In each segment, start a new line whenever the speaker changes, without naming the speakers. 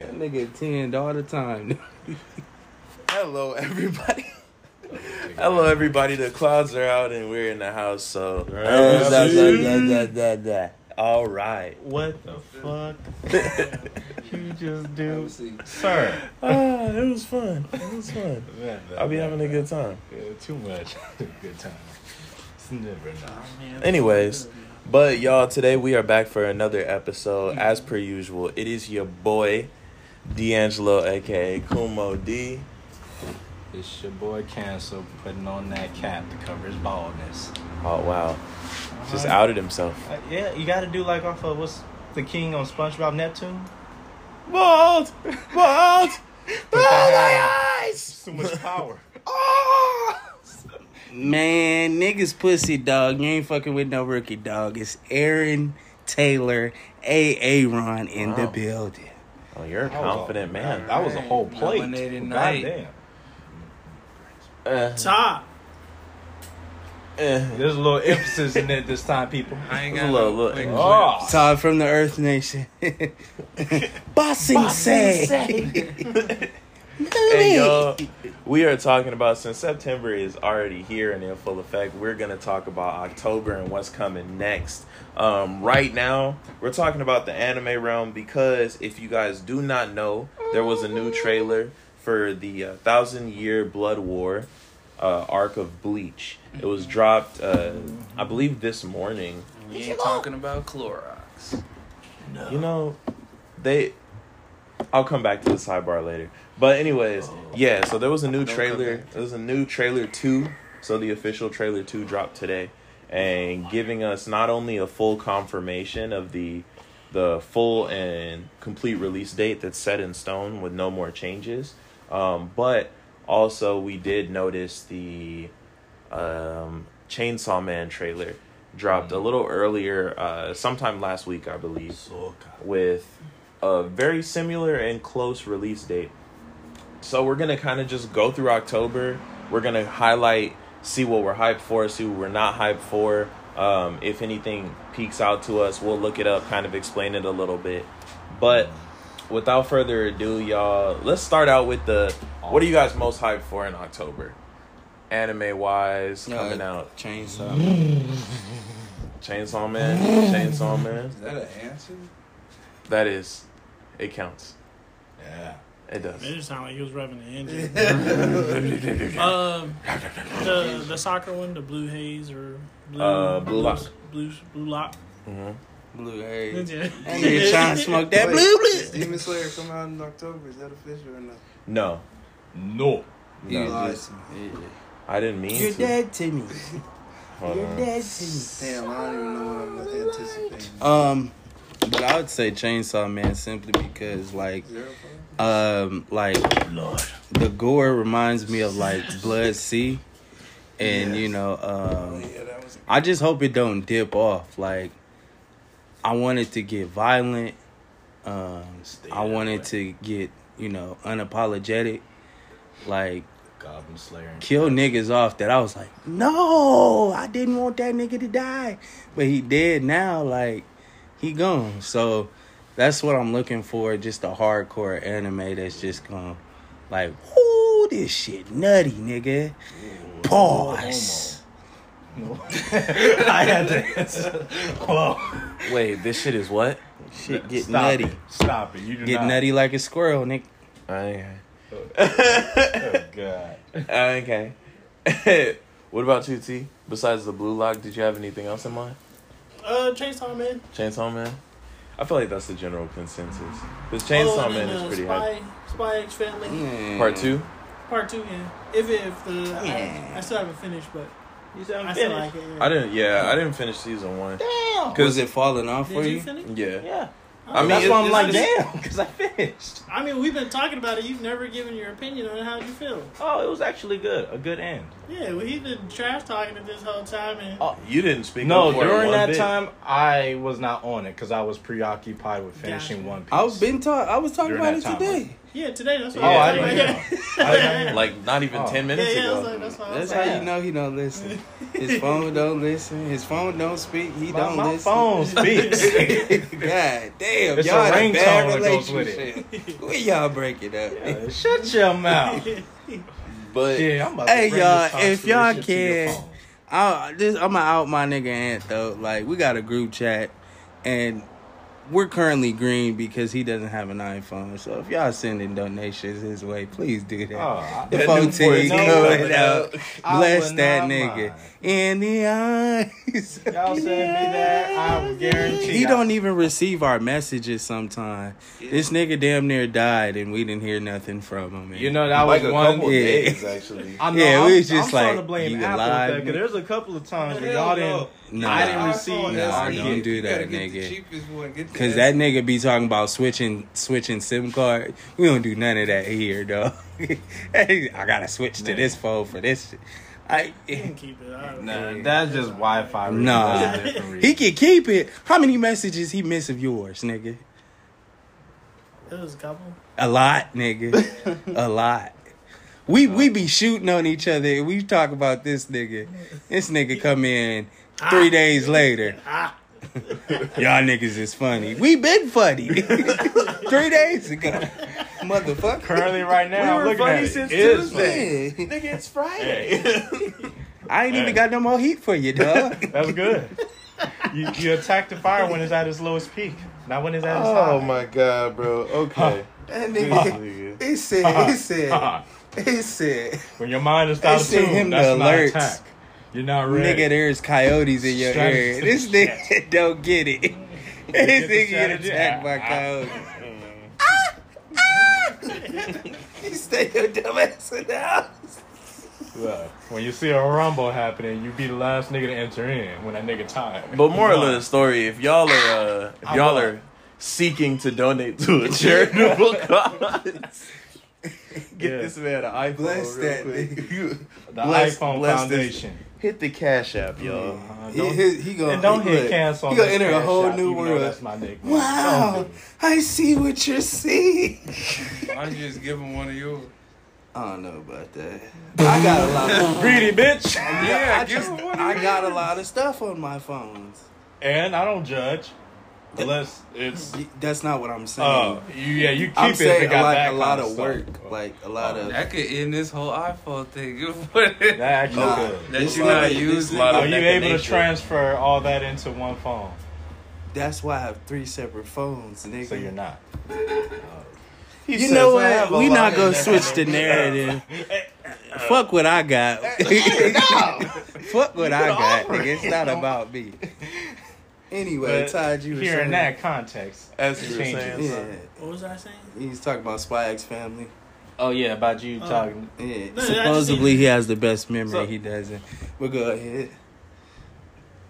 nigga attend all the time.
Hello, everybody. Hello, everybody. The clouds are out and we're in the house, so. uh,
Da, da,
Hey,
da, da, da, da.
All right.
What the fuck you just do,
Obviously,
sir?
Ah, it was fun. It was fun. I'll be having a good time.
Yeah, too much good time. It's never enough.
Anyways, but y'all, today we are back for another episode. As per usual, it is your boy, D'Angelo, aka Kumo D.
It's your boy Cancel putting on that cap to cover his baldness.
Oh, wow. Just outed himself.
Uh, yeah, you gotta do like off of what's the king on SpongeBob Neptune?
Bald! Bald! Oh,
my
eyes!
Too much power. Ah!
Man, niggas pussy dog. You ain't fucking with no rookie dog. It's Aaron Taylor, A. Aaron in the
Wow.
building.
Oh, you're a
That was a-
confident man.
That was a whole
Alright,
plate.
nominated night.
Goddamn.
Uh,
Top.
eh.
There's a little emphasis in it this time, people.
I ain't
It's a
got
little-
no
little
quick
English.
clip.
Oh,
Todd from the Earth Nation. Bossing say.
And y'all, we are talking about since September is already here and in full effect. We're gonna talk about October and what's coming next. Um, right now, we're talking about the anime realm because if you guys do not know, there was a new trailer for the uh, Thousand Year Blood War uh, arc of Bleach. It was dropped, uh, I believe, this morning.
Oh.
We ain't talking about Clorox.
You know, they. I'll come back to the sidebar later. But anyways, yeah. So there was a new
Oh, come
trailer.
back.
There was a new trailer two. So the official trailer two dropped today, and giving us not only a full confirmation of the the full and complete release date that's set in stone with no more changes, um, but also we did notice the um, Chainsaw Man trailer dropped a
Mm-hmm.
little earlier, uh, sometime last week, I believe with a very similar and close release date. So we're gonna kind of just go through October. We're gonna highlight, see what we're hyped for, see what we're not hyped for. Um, if anything peeks out to us, we'll look it up, kind of explain it a little bit. But without further ado, y'all, let's start out with the what are you guys most hyped for in October? Anime wise, coming out.
Chainsaw.
Chainsaw Man, Chainsaw Man.
Is that an answer?
That is, it counts.
Yeah.
It does.
It just sounded like he was revving the engine. um, the the soccer one, the blue haze or blue
Uh, Blue Lock.
blue blue lock.
Mm-hmm.
Blue haze.
Yeah.
That nigga trying to smoke that
Wait,
blue
does
blue.
Demon Slayer come out in October. Is that official or not?
No,
no.
You
no,
lied to me.
I didn't mean
You're
to.
dead to me.
Hold
You're
on.
dead to me.
Damn, I don't even know what I'm anticipating.
Um, but I would say Chainsaw Man simply because like
Zero
um like
Lord.
the gore reminds me of like Blood Sea, and you know
Oh,
um
yeah, that was.
I just hope it don't dip off. Like I want it to get violent. Um,
Stay
I
that
want
way.
it to get you know unapologetic. Like
Goblin Slayer.
kill niggas off that I was like, no, I didn't want that nigga to die, but he dead now. Like he gone. So that's what I'm looking for. Just a hardcore anime that's just gonna like, whoo, this shit nutty, nigga. Pause.
I had to answer. Whoa.
Wait, this shit is what?
Shit get
Stop
nutty.
It. Stop it. You do
Get
not.
nutty like a squirrel, nigga.
Okay.
Oh, God.
okay. what about you, T? Besides the blue lock, did you have anything else in mind?
Uh, Chainsaw Man.
Chainsaw Man. I feel like that's the general consensus. This
Oh,
Chainsaw
and
Man
then,
is
uh,
pretty
Spy,
high.
Spy X Family
Part two.
Part Two. Yeah. If if the
Yeah.
I, I still haven't finished, but
You said
I still like it. yeah.
I didn't. Yeah, I didn't finish season one.
Damn.
Cause it falling off for
Did you
you?
finish?
Yeah.
Yeah.
I mean,
that's
it-
why I'm
it's
like,
just-
damn, because I finished.
I mean, we've been talking about it. You've never given your opinion on it. How'd you feel?
Oh, it was actually good. A good end.
Yeah, well, he's been trash talking it this whole time, and
Oh.
You didn't speak.
no,
up for it
during
one
that
bit.
time, I was not on it because I was preoccupied with finishing
Gotcha.
One Piece. Oh,
I've been talk. I was talking
During
about it
that time,
today.
Yeah, today. That's what
Oh,
Yeah,
I,
I
was like,
didn't
yeah.
I- like not even
Oh.
ten
Yeah,
minutes
yeah, I was
ago.
like, that's what I was
That's
like.
how you know he don't listen. His phone don't listen. His phone don't speak. He
my
don't
my
listen.
phone speaks.
God damn,
It's
y'all
a
in a
ringtone
bad
that goes with
relationship. When y'all break it up.
Yeah, Shut your mouth.
but
Yeah, I'm about
Hey,
bring
y'all,
this
if
toxic
y'all
relationship to your
can-
phone.
I, this, I'm gonna out my nigga Ant though. Like we got a group chat, and we're currently green because he doesn't have an iPhone. So if y'all sending donations his way, please do that.
Oh, I-
the
That
phone
Newport
team
is
coming
coming out.
out.
I
Bless
would
that
not
nigga
mind.
in the eyes.
Y'all send me that, I guarantee.
He
I-
don't even receive our messages sometimes. This nigga damn near died and we didn't hear nothing from him. man.
You know that
like
was
a
one.
couple
Yeah.
days actually.
I know,
Yeah,
I'm,
we was just
I'm trying
like,
to blame
you
Apple
lied,
with that, 'cause
nigga.
there's a couple of times where
Hell
y'all
no.
didn't.
Nah.
I didn't
Nah,
receive.
nah,
our
don't
shit.
do
You gotta
that,
get
nigga.
the cheapest one. Get the
Cause
ass-
that nigga be talking about switching switching SIM card. We don't do none of that here, dog. Hey, I gotta switch to this phone for this. shit. I
You can keep it. I don't
Nah,
care.
that's just Wi-Fi. reason.
Nah.
That's a different reason.
he can keep it. How many messages he miss of yours, nigga?
It was a couple.
A lot, nigga. A lot. We we be shooting on each other and we talk about this nigga. This nigga come in three days later.
Ah,
Y'all niggas is funny. We been funny. three days ago. Motherfucker.
Currently, right now,
were
I'm looking
funny
at it.
since
It is
Tuesday.
funny.
Yeah.
Nigga, it's Friday.
I ain't even got no more heat for you, dog.
That's good. you, you attack the fire when it's at its lowest peak, not when it's at its
oh
high.
my god, bro. Okay.
Huh.
That nigga. It said, it said,
Uh-uh.
it said,
When your mind is out
They
of
send
tune,
him
that's
the
not
alerts.
attack. You're not ready.
nigga, there's coyotes in your
Strategy.
area. This nigga don't get it. This
the
nigga get
strategy.
attacked by
Ah, ah.
coyotes.
ah.
He stay your dumb ass in the house.
Look, when you see a rumble happening, you be the last nigga to enter in when that nigga tired.
But moral of
Why?
the story, if y'all are uh, if
I
y'all
won.
are seeking to donate to a charitable cause, get
Yeah.
this man an iPhone.
Bless
real
that
quick.
the
bless-
iPhone
bless this-
Foundation.
Hit the cash app, y'all.
Uh,
He,
don't,
he, he gonna,
and don't
he
hit
look,
cancel.
He
on
gonna
this
enter a
cash
whole
app,
new
even though
world.
That's my nickname.
Wow,
Don't do it.
I see what you're seeing.
Why don't you just give him one of yours?
I don't know about that. I got a lot. Of,
Greedy bitch.
yeah, I, just, I got a lot of stuff on my phones.
And I don't judge, unless it's.
Y- That's not what I'm saying.
Oh, you, yeah, you keep
I'm
it. if
saying
it
a
got
lot,
that
a lot
kind
of work,
stuff. Oh.
like a lot of.
That could end this whole iPhone thing.
That
that
actually
Nah.
could.
This
you
nigga-
not
this
use.
nigga-
lot of
Are you
neck and
able to
nature.
transfer all that into one phone?
That's why I have three separate phones, nigga.
So you're not.
He
You
says,
know
"I have
what?
a
We
lot
not
of
gonna
that."
switch the narrative.
Eh, Oh.
Fuck what I got. Fuck what I got, nigga. It's not about me. Anyway,
But
Todd, you were
Here
saying
in that uh, context,
As you were
Changes.
saying,
Yeah,
son.
what was I saying?
he's talking about Spy X Family.
Oh yeah, about you
Oh.
talking.
Yeah.
No, I
Supposedly he has the best memory.
So-
he doesn't. We'll go ahead.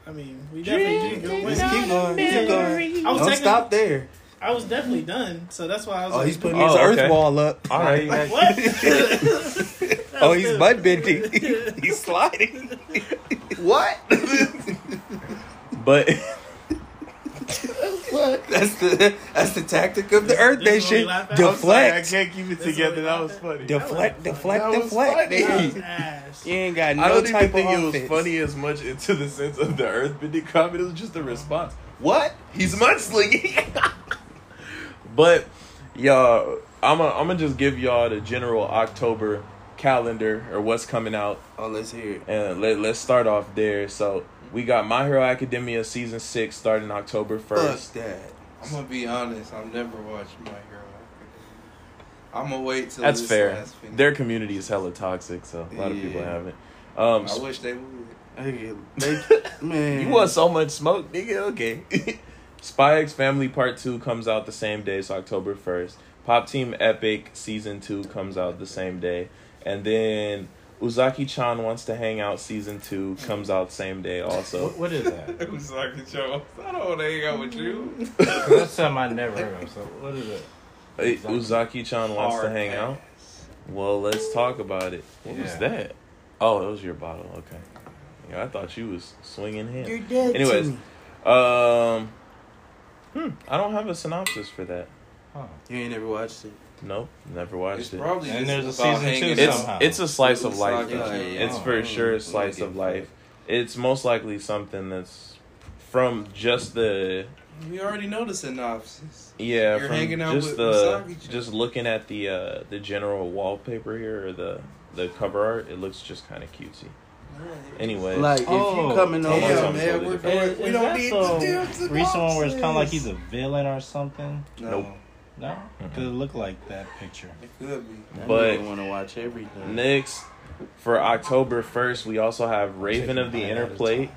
I mean, we definitely did good.
Just keep going. Keep going.
I was
Don't
taking-
stop there.
I was definitely done, so that's why I was
Oh,
like,
he's putting
Oh,
his
okay.
earth wall up.
All right.
what?
Oh, he's mud bending. he's sliding. what?
But
What? That's the that's the tactic of the earth
This is what we
nation.
laugh at?
I
Deflect,
can't keep it
That's
together. That
what
was funny.
deflect, deflect,
That was
deflect.
funny.
You
Ass.
ain't got no
I don't even
type
think
of
it was
offense.
funny as much into the sense of the earthbending comment. It was just a response. What? He's mudslinging. but y'all, I'm gonna just give y'all the general October calendar or what's coming out,
Oh, let's hear it.
and let let's start off there. So we got My Hero Academia season six starting October first.
Fuck that.
I'm gonna be honest. I'm never watching My Hero. I'm gonna wait till
That's
this
fair.
last finish.
Their community is hella toxic, so a lot of people
Yeah.
haven't. Um,
I wish they would.
Hey, they, man.
You want so much smoke, nigga? Okay. Spy X Family Part 2 comes out the same day, so October 1st. Pop Team Epic Season 2 comes out the same day. And then Uzaki chan Wants to Hang Out Season 2 comes out same day also.
What, what is that?
It was like a joke. I don't want to hang out with you.
That's something I never heard of. So what is it?
Uh, Uzaki chan Wants to Hang Out? Well, let's talk about it. What was
Yeah.
that? Oh, that was your bottle. Okay. Yeah, I thought you was swinging
You're
hands.
dead. to
Anyways,
me.
Um, hmm, I don't have a synopsis for that.
Huh.
You ain't ever watched it.
Nope, never
It's
watched it.
probably
And
just
there's a
about
season two
hanging
It's
somehow.
it's a slice of
It's
life.
like,
though.
uh,
It's
yeah.
for sure a
Mm.
slice of life. It's most likely something that's from just the
We already know the synopsis.
yeah
You're
from
hanging out
just
with
the
Usagi-chan.
just looking at the uh, the general wallpaper here or the the cover art. It looks just kind of cutesy. Anyway,
Like if
Oh,
you coming
Damn,
Almost
over,
something
man,
totally
we're
different.
going, we don't need to do
the recent one where it's kind of like he's a villain or something.
No,
Nope.
No,
Mhm.
could it look like that picture?
it could be.
but
want to watch everything.
next for October first, we also have Raven of the
Taking
Inner
my
Plate.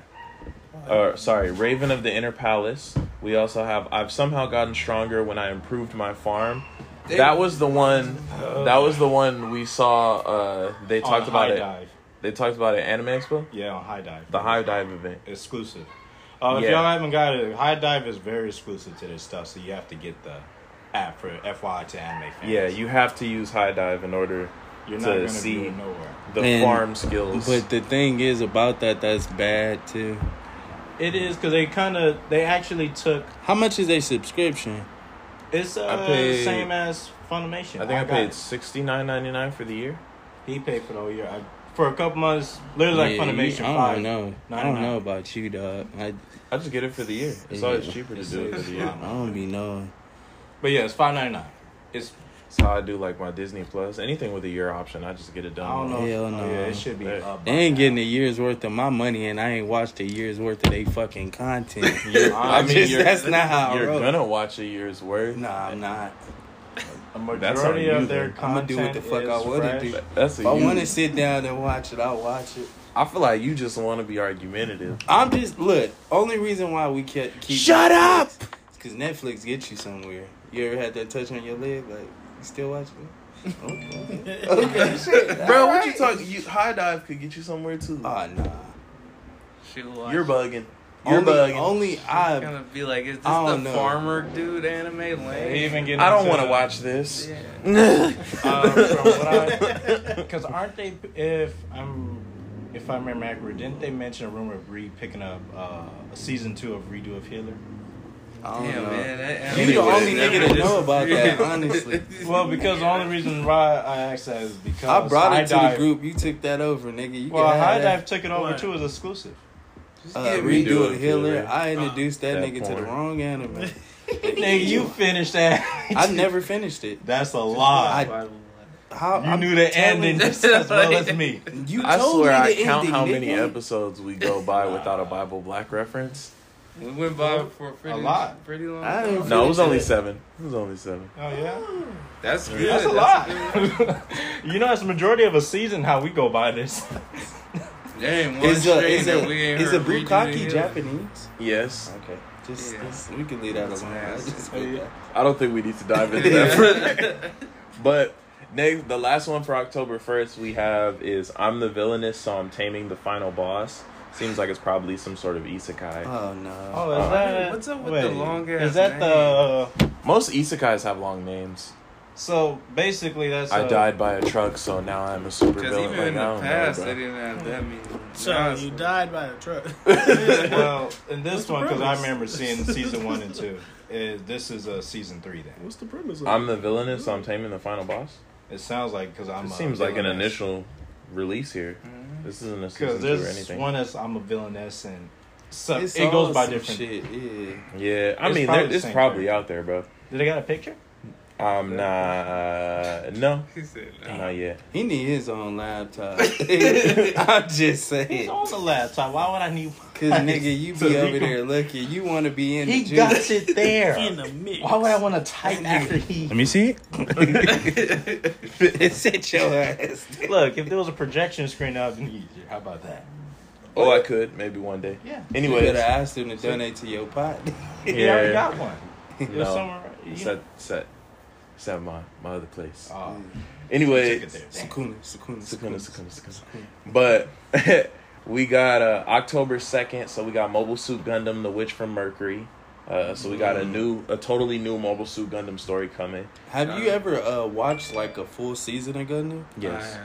Or sorry, Raven of the Inner Palace. We also have I've somehow gotten stronger when I improved my farm.
They-
that was the one. that was the one we saw. Uh, they
On
talked about
high
it.
dive.
They talked about it. at Anime Expo,
Yeah, on high dive.
the high dive event.
Exclusive. Uh,
Yeah.
If y'all haven't got it, High Dive is very exclusive to this stuff, so you have to get the app for FYI to anime fans.
Yeah, you have to use high dive in order
you're
to
not gonna
see-
be nowhere.
the
And-
farm skills.
But the thing is about that, that's bad too.
It is because they kind of they actually took
How much is a subscription?
it's uh,
I paid-
same as Funimation.
I think I,
got
paid
it.
sixty nine ninety nine for the year.
He paid for the whole year. I, for a couple months, literally
Yeah,
like Funimation.
you- I
five.
don't know. I don't
99.
know about you, dog. I,
I just get it for the year. It's
Yeah.
always cheaper to do it for
It's-
the year.
I don't be knowing.
But yeah, it's five ninety nine. It's
That's how I do like my Disney Plus. Anything with a year option, I just get it done.
I don't know.
Hell
if,
no.
oh, yeah, it should be.
They-
up
They
by
ain't
now.
getting a year's worth of my money, and I ain't watched a year's worth of they fucking content.
I mean,
Just-
you're,
that's not how I
you're
roll.
gonna watch a year's worth.
Nah, I'm not.
A
That's on
majority
you,
of their
then.
I'ma
content
do what the fuck
is
I wanna
fresh.
do.
That's a
If I
you.
want to sit down and watch it, I'll watch it.
I feel like you just want to be argumentative.
I'm just look. Only reason why we kept keep shut up because Netflix gets you somewhere. You ever had that touch on your leg? Like you still watching? it? Okay, okay, shit,
Bro, what
alright.
you talking? You, high dive could get you somewhere too.
Ah nah.
She watched.
You're bugging. You're
Only,
bugging.
only
I'm
I.
gonna be like, is this
I
the
don't know.
farmer dude anime
They
lane?
even get
I don't
into-
want to watch this.
Yeah.
Um, from what I, because aren't they? If I'm, if I remember accurately, didn't they mention a rumor of re picking up uh, a season two of redo of Healer?
I don't
Damn,
know.
man. That
You
anime
the
would've
only
never
nigga that know
disappeared.
about that, honestly.
Well, because the only reason why I asked that is because
I brought it
High
to
Dive-
the group. You took that over, nigga. You
Well,
can have
High
that.
Dive took it over
What?
too as exclusive.
Just
uh,
give me-
redo
redo
it,
of Hitler.
Hitler.
I
Uh,
introduced that,
That
nigga to
porn.
the wrong anime.
Nigga, you finished that.
I never finished it.
That's a lie.
I, how
Uh, you
I'm
knew the
telling
ending
you-
as well as me.
You
I
told
swear
me
I
the
count
ending,
how many
nigga.
episodes we go by without a Bible Black reference.
We went by for a pretty,
lot.
pretty long
I didn't
time.
No, it was only seven. It was only seven.
Oh yeah,
That's good.
that's a lot. you know, that's the majority of a season how we go by this.
There ain't one
It's a
string
it's
that we ain't
a it's a
heard redo to
bukkake
him.
Japanese.
Yes.
Okay, just,
Yeah.
just- we can leave that alone. I
nasty.
Oh,
just did that.
I don't think we need to dive into that further. But next, the last one for October 1st we have is I'm the Villainous, so I'm Taming the Final Boss. Seems like it's probably some sort of isekai.
Oh no.
Oh, is
Uh,
that
what's up with the long ass
Is that the
Most isekais have long names.
so basically that's
I
uh,
died by a truck, so now I'm a super
Because
villain.
even
Like,
in
I
the
don't
past,
know,
they
bro.
didn't have that many.
So
Now
you
it's-
died by a truck.
Well, in this
What's the
one because I
premise?
remember seeing season one and two. Uh, this is a uh, season three. Then
What's the premise? Of
I'm the Villainous, so I'm Taming the Final Boss.
it sounds like because I'm.
It
a
seems like an
villainess.
initial release here. This isn't a season
Because
two or
there's
anything.
one that's I'm a villainess and so
It's
it goes
all
by
some
different.
shit. Yeah.
Yeah, I
It's probably
mean, there-
the
it's
same
probably
character.
out there, bro.
Did they got a picture?
Um, nah, uh, no,
He said, nah.
not yet.
He need his own laptop. I'm just
He's
saying,
on the laptop. Why would I need?
cause nigga, you
So
be
he
over
can-
there looking. You want to be in the
He
juice.
got it there.
in the mix.
Why would I want to type after he?
me see it. Sit your ass.
Look, if there was a projection screen, that would be easier. How about that?
Oh, I could maybe one day.
Yeah.
you
Anyway,
could have asked him to donate to your pot.
You already
yeah,
got one. It was
no,
somewhere. You
set, set, set my my other place.
Oh,
Anyway,
took it there. Damn.
Sukuna, Sukuna,
Sakuna, Sakuna, Sakuna. But we got uh, October second, so we got Mobile Suit Gundam: The Witch from Mercury. Uh, so we got
Mm.
a new, a totally new Mobile Suit Gundam story coming.
Have you ever uh, watched like a full season of Gundam?
Yes,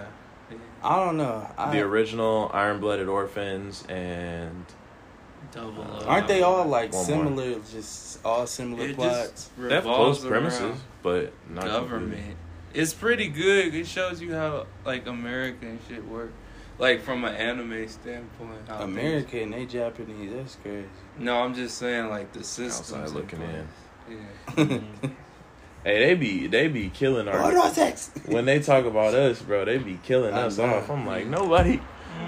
Ah,
I don't know. I,
the original Iron Blooded Orphans and
Double up.
Aren't they all like
One more.
similar? Just all similar
It
plots.
just
They have close
revolves
premises,
around
but not
government. It's pretty good. It shows you how like America and shit work, like from an anime standpoint. How things-
America and they Japanese. That's crazy.
No, I'm just saying like the
completely.
system.
outside looking in.
Yeah.
Hey, they be they be killing
What
our
was that?
when they talk about us, bro. They be killing
I
us
know.
off. I'm like, nobody,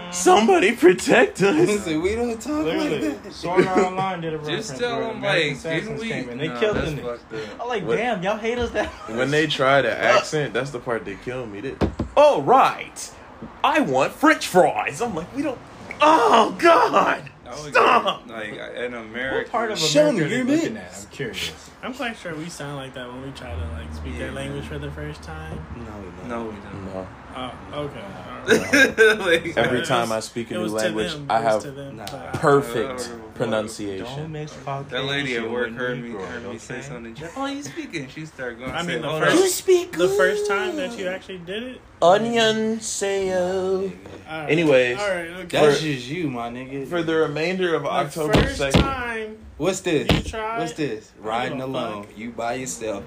somebody protect us.
Listen, we don't talk
Literally,
like that.
Sword Art Online did a reference.
Just tell
where
them
American
like,
assassins
didn't we?
came and they
Nah,
killed Oh,
that's
them.
fucked up.
I'm like,
What-
damn, y'all hate us that.
When they try the accent, that's the part that killed me. They, oh right, I want French fries. I'm like, we don't. Oh God,
I would
stop.
get, Like an American.
what part of
Show
America
me
are they
your
looking at?
mitts.
I'm curious.
I'm quite sure we sound like that when we try to like speak their
Yeah.
language for the first time.
No, we don't.
No.
Oh, okay. all right.
Mm.
like,
Every
It
time
was-
I speak a
It
new
was to
language,
them,
I
it was to
have
them,
Nah.
but-
perfect
Don't
pronunciation.
mix Caucasian
that lady at work
with
heard me
Negro,
heard me say
okay?
something. She- Oh, you speaking? She started going.
I
I
mean,
mean,
the
oh,
first-
no.
You
speak
The first time that you actually did it.
Onion sayo.
All right.
Anyways.
All right. Okay.
That's
For-
just you, my nigga.
For the remainder of
The
October
first
2nd,
time
What's this?
you tried.
What's this? Riding
a
alone.
fuck.
You by yourself.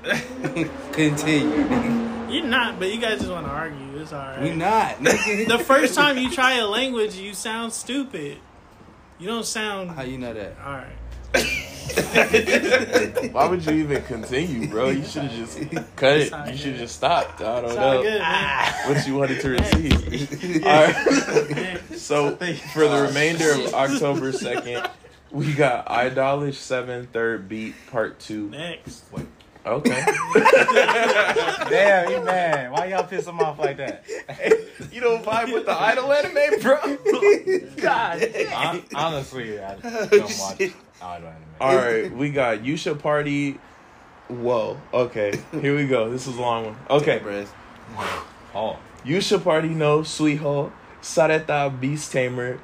Continue. nigga.
You're not, but you guys just want to argue. It's all right.
We not. Nigga.
The first time you try a language, you sound stupid. You don't sound.
How you know that?
all right.
why would you even continue, bro? You should have just cut it. You should have just stopped. I don't
It's all
know
good,
Ah.
man.
what you wanted to receive. All right. So for the remainder of October second, we got Idolish Seven Third Beat Part Two.
Next.
Okay.
Damn, he mad. Why y'all piss him off like that?
you don't vibe with the Idol anime, bro. God.
Hon- Honestly, I don't watch idol anime.
All right, we got Yusha Party. Whoa. Okay. Here we go. This is a long one. Okay.
Bruh.
Oh,
Yusha Party no Suiho, Sareta Beast Tamer,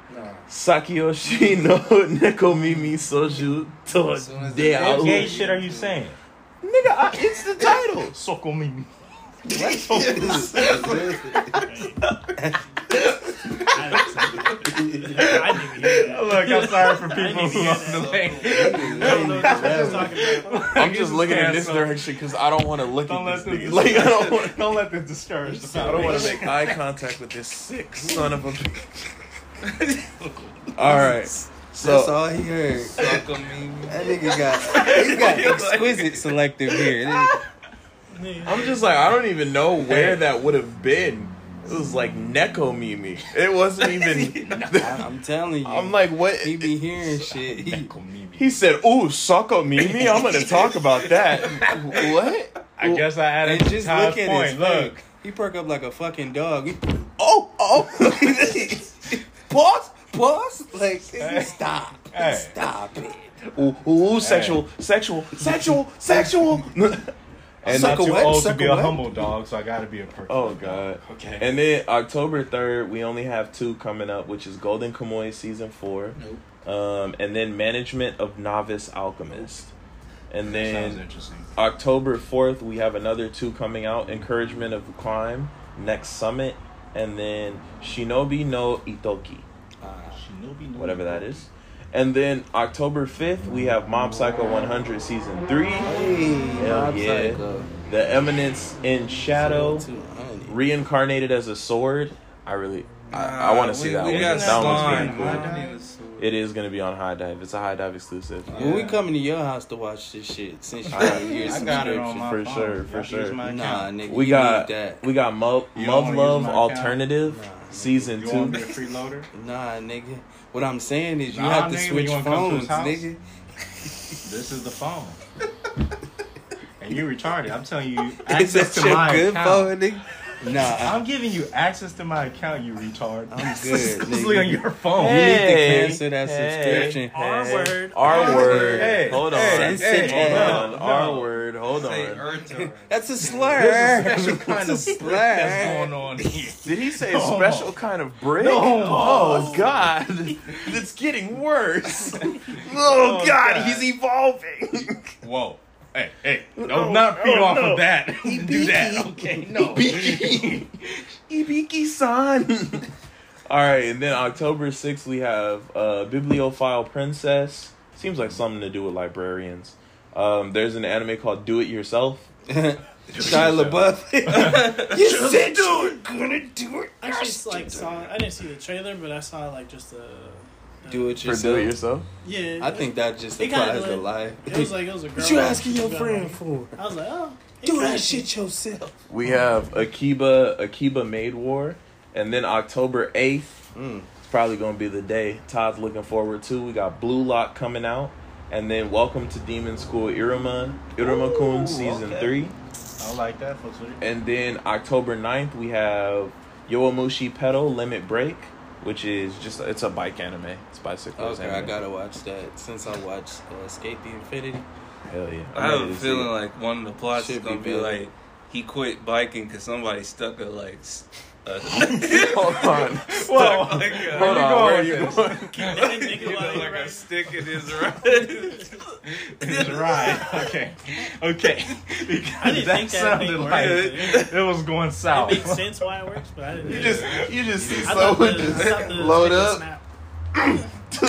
Sakiyoshi no Nekomimi Soju
As soon as the-
to De
what
Aoi.
gay shit are you saying?
Nigga, I, it's the title.
Soko mimi.
I didn't even hear that.
Look, I'm sorry for
I
people
didn't even
who
hear
lost the
that.
lane.
I don't know what you're talking about.
I'm just looking in this
Asshole.
direction because I don't want to look
Don't
at
let
this nigga.
this
Like, I don't want.
don't let this discourage the
I don't want to
foundation.
make eye contact with this sick son of a. All right.
That's
So
all he heard.
Suck a meme.
That nigga got he got exquisite selective here. That
I'm just like I don't even know where that would have been. It was like Neko Mimi. It wasn't even.
nigga- I'm telling you.
I'm like, what?
he be hearing shit. He,
He said, "Ooh, Soko Mimi, I'm gonna talk about that." what?
I guess I
and
added
just
Todd's
look at
point.
his
Look,
Face. He perk up like a fucking dog. He,
Oh, oh.
pause, pause. Like
Hey.
stop,
Hey.
stop it.
ooh, ooh, sexual, sexual, sexual, sexual.
and not
Suck a
too
what?
old to
Suck
be
a
a
what?
humble dog, so I gotta be a perfect.
oh God.
Okay.
And then October third, we only have two coming up, which is Golden Kamuy season four, um, and then Management of Novice Alchemist, and
Sounds
then
interesting.
October fourth, we have another two coming out: Encouragement of Climb, Next Summit, and then Shinobi no Itoki.
Shinobi no
whatever that is. And then October 5th, we have Mob Psycho 100 Season 3,
Hey, Mob
yeah.
Psycho.
The Eminence in Shadow,
200.
reincarnated as a sword. I really, I, I want to see
we,
that
we
one.
Got
That one's
slime.
pretty cool.
huh?
Mine was so-
It is going to be on High Dive. It's a High Dive exclusive.
When we coming to your house to watch this shit, since you
I-
got your
I
subscription,
got it on my
For
phone.
sure, for
Y'all can use
sure.
my
nah,
account.
nigga,
We
you
got
need that.
we got Mo-
You don't
Love
wanna
Love
use my account?
Alternative Season
You want me to
2.
freeloader?
Nah, nigga. What I'm saying is you
Nah,
have to
nigga,
switch
you wanna come to his
phones,
house?
nigga.
This is the phone. and you retarded. I'm telling you,
Is
access
that
to
your
my
good
account.
phone, nigga? Nah,
I'm giving you access to my account, you retard.
I'm good,
Exclusively
nigga.
on your
Oh,
phone.
you need to
Hey,
cancel that
hey.
subscription.
R word.
R word.
Hey,
hold on.
hey,
hey,
hold
no,
on.
no.
R word. Hold
Say
on.
Urto.
That's
There's
a
a
slur.
special kind of
slur.
that's going on here.
Did he say
No.
special kind of brick?
No.
Oh God, it's getting worse. Oh, God.
God.
he's evolving.
Whoa. Hey, hey, don't not feed off of that. Do that. Okay, no.
Ibiki, Ibiki-san. All right, and then October 6th, we have uh, Bibliophile Princess. Seems like something to do with librarians. Um, there's an anime called Do It Yourself.
Shia LaBeouf. you said you were gonna do it.
I actually s- like saw. I didn't see the trailer, but I saw like just the.
Do it
For Do It
yourself.
Yourself?
Yeah.
I think that just
It kinda
applies to
look-
life.
it was like it was a girl.
What you asking your
Like,
friend for?
I was like, oh, it
Do
kinda-
that shit yourself.
We have Akiba, Akiba Made War. And then October 8th,
Mm.
It's probably gonna be the day Todd's looking forward to. We got Blue Lock coming out, and then Welcome to Demon School Iruma Iruma Kun season
okay.
three,
I like that for Twitter.
and then October 9th we have Yoamushi Pedal Limit Break, which is just it's a bike anime. It's bicycles.
Okay, I
anime.
gotta watch that. Since I watched uh, Escape the Infinity,
Hell yeah!
I
I'm
have
ready
a
to see
feeling
it.
like one of the plots is
Should be
gonna be
better.
like he quit biking because somebody stuck a like. s- a-
Hold on.
stuck like a-
Hold on. Where are you
with
going?
you know, like a stick in his ride.
It's right. Okay. Okay. Because
I didn't
that
think that
sounded
thing
like
worked. It
it was going south.
makes sense why it works, but I didn't.
You just you just see
I thought
someone
the- I
just
thought the
load
stick would
up.
snap.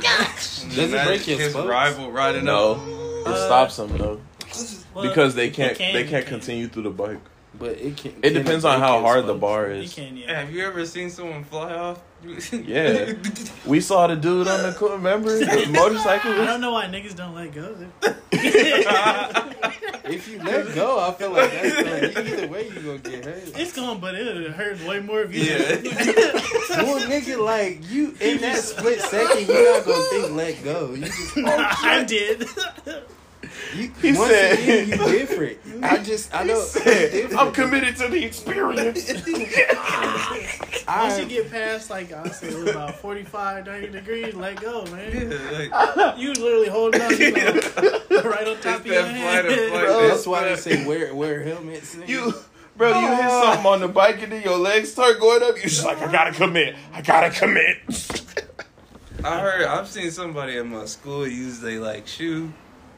Does it break your
his
spokes?
rival riding
No,
up.
it
Uh,
stops them though
Well,
because they
it
can't
can,
they
it
can't
can.
continue through the bike.
but it can.
It
can
depends on
break
how
his
hard the
spokes.
bar
It
is.
can, yeah.
Have you ever seen someone fly off?
Yeah. We saw the dude on the co- remember the
I
motorcycle.
don't know why niggas don't let go.
If you let go, I feel like that's like, either way you gonna get hurt.
It's gone, but it'll hurt way more if you.
Well, nigga, like you in that split second, you're not gonna think let go. You just
I did.
you,
He
once
said-
again, you different. I just I know
I'm committed to the experience.
Once you
I,
get past like I say, it was about 45, 90 degrees, let go, man.
like,
You literally holding on, you know, right on top
It's
of your
that flight
head.
or flight.
that's why they say wear wear helmets. nigga.
You, bro, you hit something on the bike and then your legs start going up. You're just like, I gotta commit. I gotta commit.
I heard I've seen somebody at my school use they like shoe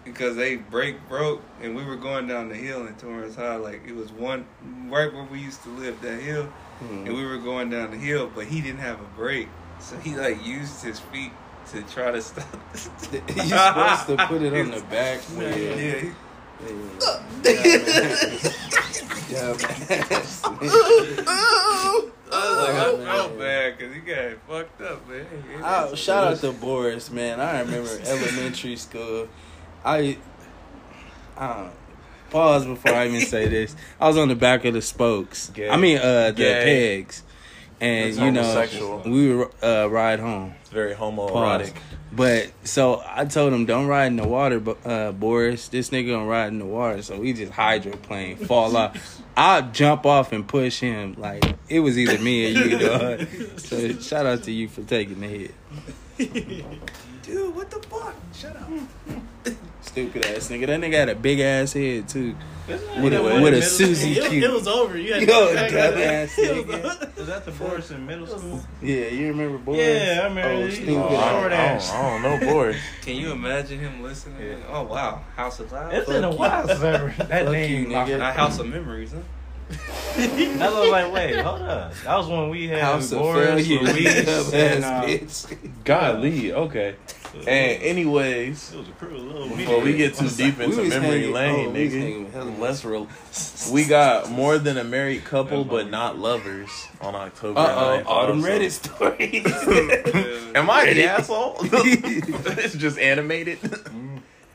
because they brake broke and we were going down the hill in Torrance High like it was one right where we used to live that hill and we were going down the hill but he didn't have a brake so he like used his feet to try to stop.
You're supposed to put it on the back.
Yeah.
When,
yeah, he- I was like I felt bad because he got fucked up man.
Oh, shout out to Boris, man. I remember elementary school. I, I don't, pause before I even say this. I was on the back of the spokes.
Gay.
I mean, uh, the
Gay.
pegs, and
That's
you know,
homosexual.
we would uh, ride home.
It's very
Pause.
homoerotic.
But so I told him, don't ride in the water, but uh, Boris, this nigga gonna ride in the water. So we just hydroplane, fall off. I jump off and push him. Like it was either me or you, dog. So shout out to you for taking the hit.
dude, what the fuck? Shut up.
Stupid ass nigga. That nigga had a big ass head too. With
that
a,
one in
with a
middle school?
Susie
It,
Q.
it was over. You had
Yo,
to go back up.
dumbass
It was
nigga.
over.
Was that the forest in middle school?
Yeah, you remember boy?
Yeah, I remember.
Oh,
He-
stupid.
oh,
I, don't,
short
I
ass.
don't- I don't know, boy.
Can you imagine him listening? Oh wow, House of Lies.
It's been a while since I ever that
Fuck
name.
you, nigga.
Not House of Memories, huh?
That was like, wait, hold up. That was when we had
House of
Boris,
failure.
Luis,
Dumbass
and uh, it
bitch.
Golly, okay. And anyways,
was a crew of little
before we get too deep
We
into
was
memory
hanging-
lane,
oh, we was hanging with hella-
nigga, let's roll. We got more than a married couple, but not lovers on October.
Uh
9th
oh, autumn
also.
Reddit stories.
Am I the asshole? it's just animated.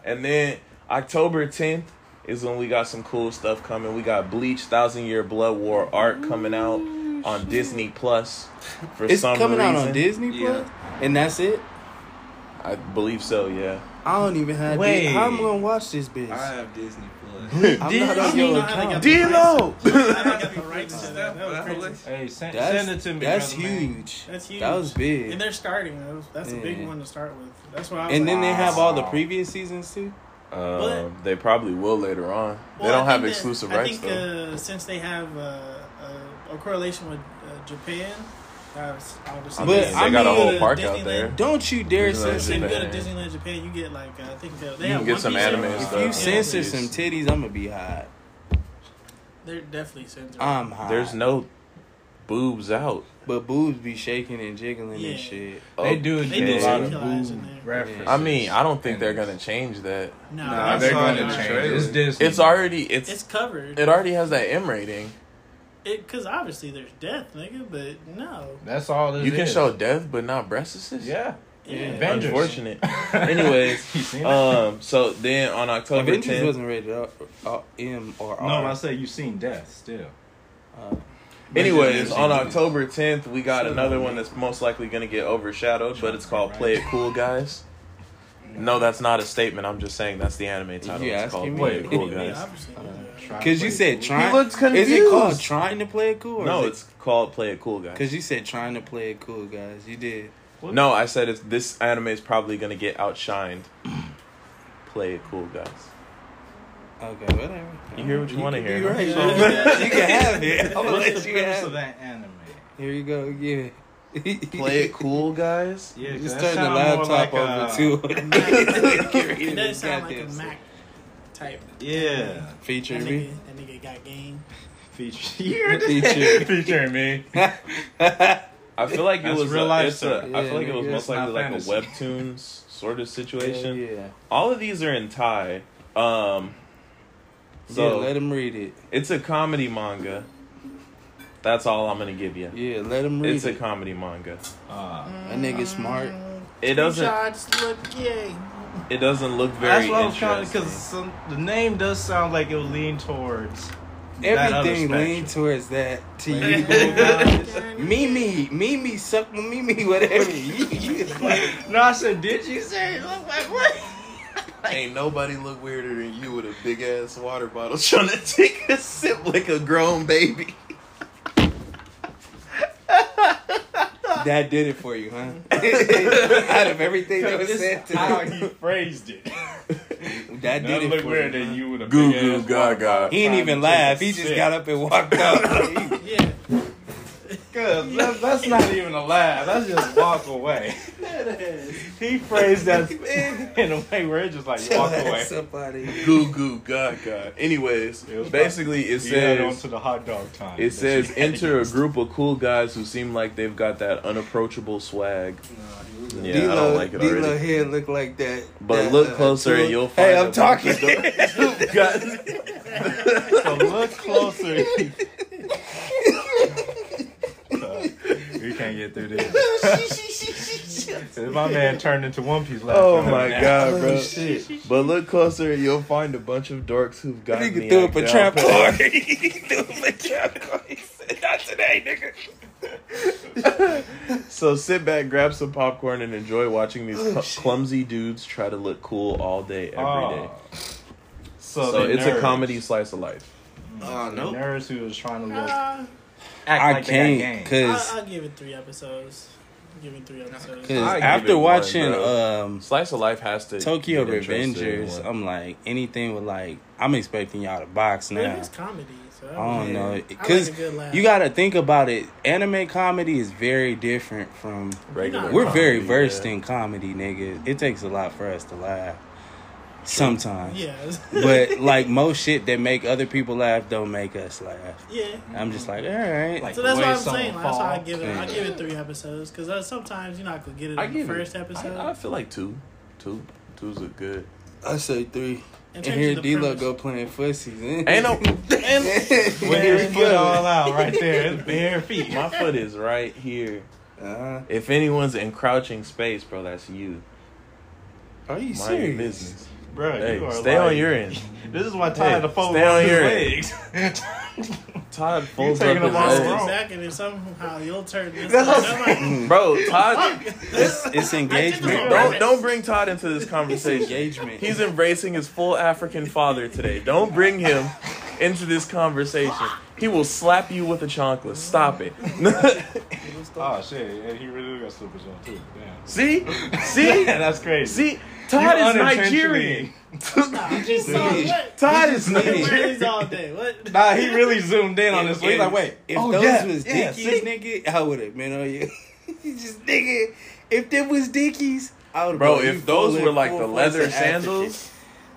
and then October 10th is when we got some cool stuff coming. We got Bleach Thousand Year Blood War art coming out on Disney Plus for
it's
some
coming
reason.
out on Disney Plus, and that's it.
I believe so, yeah.
I don't even have.
Wait.
Wait, how I'm gonna watch this bitch?
I have Disney Plus.
I'm
Disney?
not on your
I got
account.
the
D-Lo!
I got the right to that. That was crazy.
Hey, send,
That's,
send it to me.
that's
brother, man.
huge.
That's huge.
That was big.
And
And,
they're starting. That was- That's a big
Yeah.
one to start with. That's what I was. like,
then they have all the previous seasons too.
Um, they probably will later on. they
Well,
don't
I
have
think that-
exclusive
I
rights,
think,
though.
Uh, since they have uh, uh, a correlation with uh, Japan, that's obviously.
I
but
mean, they
I
got a
mean,
whole
the
park out there.
Don't you dare
There's another
censor
If you
thing
go
that.
to
Yeah.
Disneyland Japan, you get like uh, I think uh, they
You
have
can get
One
some
Piece
anime
everywhere.
stuff.
If you censor
please.
some titties, I'm gonna be hot. Uh,
They're definitely censored.
I'm hot.
There's no boobs out.
But boobs be shaking and jiggling
Yeah.
and shit.
They do
They
do
do
a
Okay.
lot of
some lines in
boob
there.
references.
I mean, I don't think they're gonna change that.
No,
Nah,
Nah,
that's
they're
not-
going to
in the
change. it.
trailer.
It's Disney.
It's already it's,
It's covered.
it already has that M rating.
It because obviously there's death, nigga. But no,
That's all. It
You can
is.
show death, but not breastises.
Yeah.
yeah.
Avengers.
Unfortunate. Anyways,
You seen it?
uh,
um, so then on October
Avengers
10th,
wasn't rated R, R, uh, M or
no, I
R.
said you seen death still.
Anyways, on October 10th, we got another one that's most likely going to get overshadowed, but it's called Play It Cool Guys. No, that's not a statement. I'm just saying that's the anime title.
You
It's
asking
called
me?
Play It Cool
Yeah,
Guys.
obviously. yeah.
Because you said trying.
looks
Is it called
confused.
trying to play it cool? or
No,
is it-
it's called Play It Cool Guys.
Cause you said trying to play it cool, guys. You did.
No, I said it's, this anime is probably going to get outshined. Play It Cool Guys.
Okay, whatever.
You hear what you want to
could
hear.
be
huh?
right. you can have it. I'm gonna
What's
let
the
you
premise
have.
of
it.
that anime?
Here you go. Yeah.
Play It Cool Guys?
Yeah, 'cause
Just
that
turn the
sound more
laptop
like,
over
uh,
too.
It
it
does sound like a Mac type.
Yeah,
That
Feature
nigga,
me.
that nigga got game.
feature. You heard it?
Feature.
Featuring me.
I feel like it
That's
was
real
a-
life
it's a-
stuff.
I feel like
Yeah,
it was
nigga,
most
it's not
likely like a
fantasy.
webtoons sort of situation.
yeah.
All of these are in Thai. Um,
yeah,
so
let him read it.
it's a comedy manga. That's all I'm gonna give you.
Yeah, let him read
It's a
it.
comedy manga.
Uh,
That nigga smart.
It doesn't.
Shots look yay.
It doesn't look very
that's what I was trying
interesting.
because the name does sound like it would lean towards. that other
Everything leaned
spectrum.
towards that to you. Mimi, Mimi, suck my Mimi, whatever. You, you is like,
No, I said, did you say? it looked like what?
Ain't nobody look weirder than you with a big ass water bottle trying to take a sip like a grown baby.
that did it for you, huh? Out of everything that was said
How
today,
he phrased it.
that
That
did it
look
for
weird
you.
than you with a
Goo
big
goo
ass
gaga.
He didn't even laugh. He just got up and walked out.
Yeah.
Cause that, that's not even a laugh. That's just walk away. He phrased that in a way where it's just like walk away.
Somebody.
Goo goo gaga. Anyways,
It was
basically it
You add on
says
to the hot dog time.
It says enter a group of cool guys who seem like they've got that unapproachable swag. Yeah, I don't like it
D-Lo
already.
head look like that.
But
that,
look
uh,
closer
tool-
and you'll find.
Hey, I'm
a bunch
talking.
of dope- guys.
So look closer. we can't get through this. My man turned into One Piece last
Oh
time.
my god,
Oh,
bro!
shit.
But look closer and you'll find a bunch of dorks who've got
Nigga
me.
threw
act
up a
down
trap
pat.
car. He threw up a trap car. He said, Not today, nigga.
So sit back, grab some popcorn, and enjoy watching these
Oh,
cl-
shit. Ah.
clumsy dudes try to look cool all day every day.
Oh. So,
So,
the
it's
nerds-
a comedy slice of life.
Oh
The
no.
nerds who was trying to look.
Uh,
act
I
like they got
can't
game. Uh-uh.
because
I'll, I'll give it three episodes. Give it three episodes.
because
I give it
after
one,
watching
bro.
um
Slice of life has to
Tokyo
get interested in
Revengers,
one.
I'm like anything with like I'm expecting y'all to box
But if
now.
it's comedy, so I
I don't
care.
know
I like a
because
good laugh.
you got to think about it. Anime comedy is very different from
Regular
We're very
comedy,
versed
yeah.
in comedy, nigga. It takes a lot for us to laugh. Sometimes.
yeah,
But like most shit that make other people laugh don't make us laugh.
yeah.
I'm just like, all right.
Like-
So that's
The
what
way
I'm
someone
saying. That's why I
fall.
give it. I give it three episodes because uh, sometimes you're not gonna get it
I
in the
give it-
first episode.
I, I feel like two, two, two's a good.
I say three.
In
And
terms
here
of the
D Lo
premise.
go playing
Ain't
footsie.
no, and
When
Here
his
we
foot all
go.
out right there, it's bare feet.
my foot is right here.
Uh,
If anyone's in crouching space, bro, that's you.
are you
Mind your
serious?
business.
Bro,
Hey,
you are
stay
like,
on your end.
This is why Ty
Hey,
had to fold
stay on
his
your end.
legs.
Todd folds up
taking
his
a long
I'll
Bro.
sit
legs.
back and then somehow you'll turn this. I'm
Bro, Todd,
It's, it's engagement. bro.
don't don't bring Todd into this conversation.
engagement.
He's embracing his full African father today. Don't bring him into this conversation. He will slap you with a chocolate. Stop it.
Oh shit, and he really got slippers on too. Damn.
See? See?
Yeah, that's crazy.
See? Todd
You
is
unintentionally-
Nigerian.
Nah, you just saw
Dude.
what?
Todd is
Wearing
Nigerian.
these all day. What?
Nah, he really zoomed in on this.
If-
He's like, wait,
If
oh,
those
yeah,
was
yeah,
Dickies, nigga, I would have been on you. you just nigga. If them was Dickies, I would.
Bro, if those were like the leather sandals,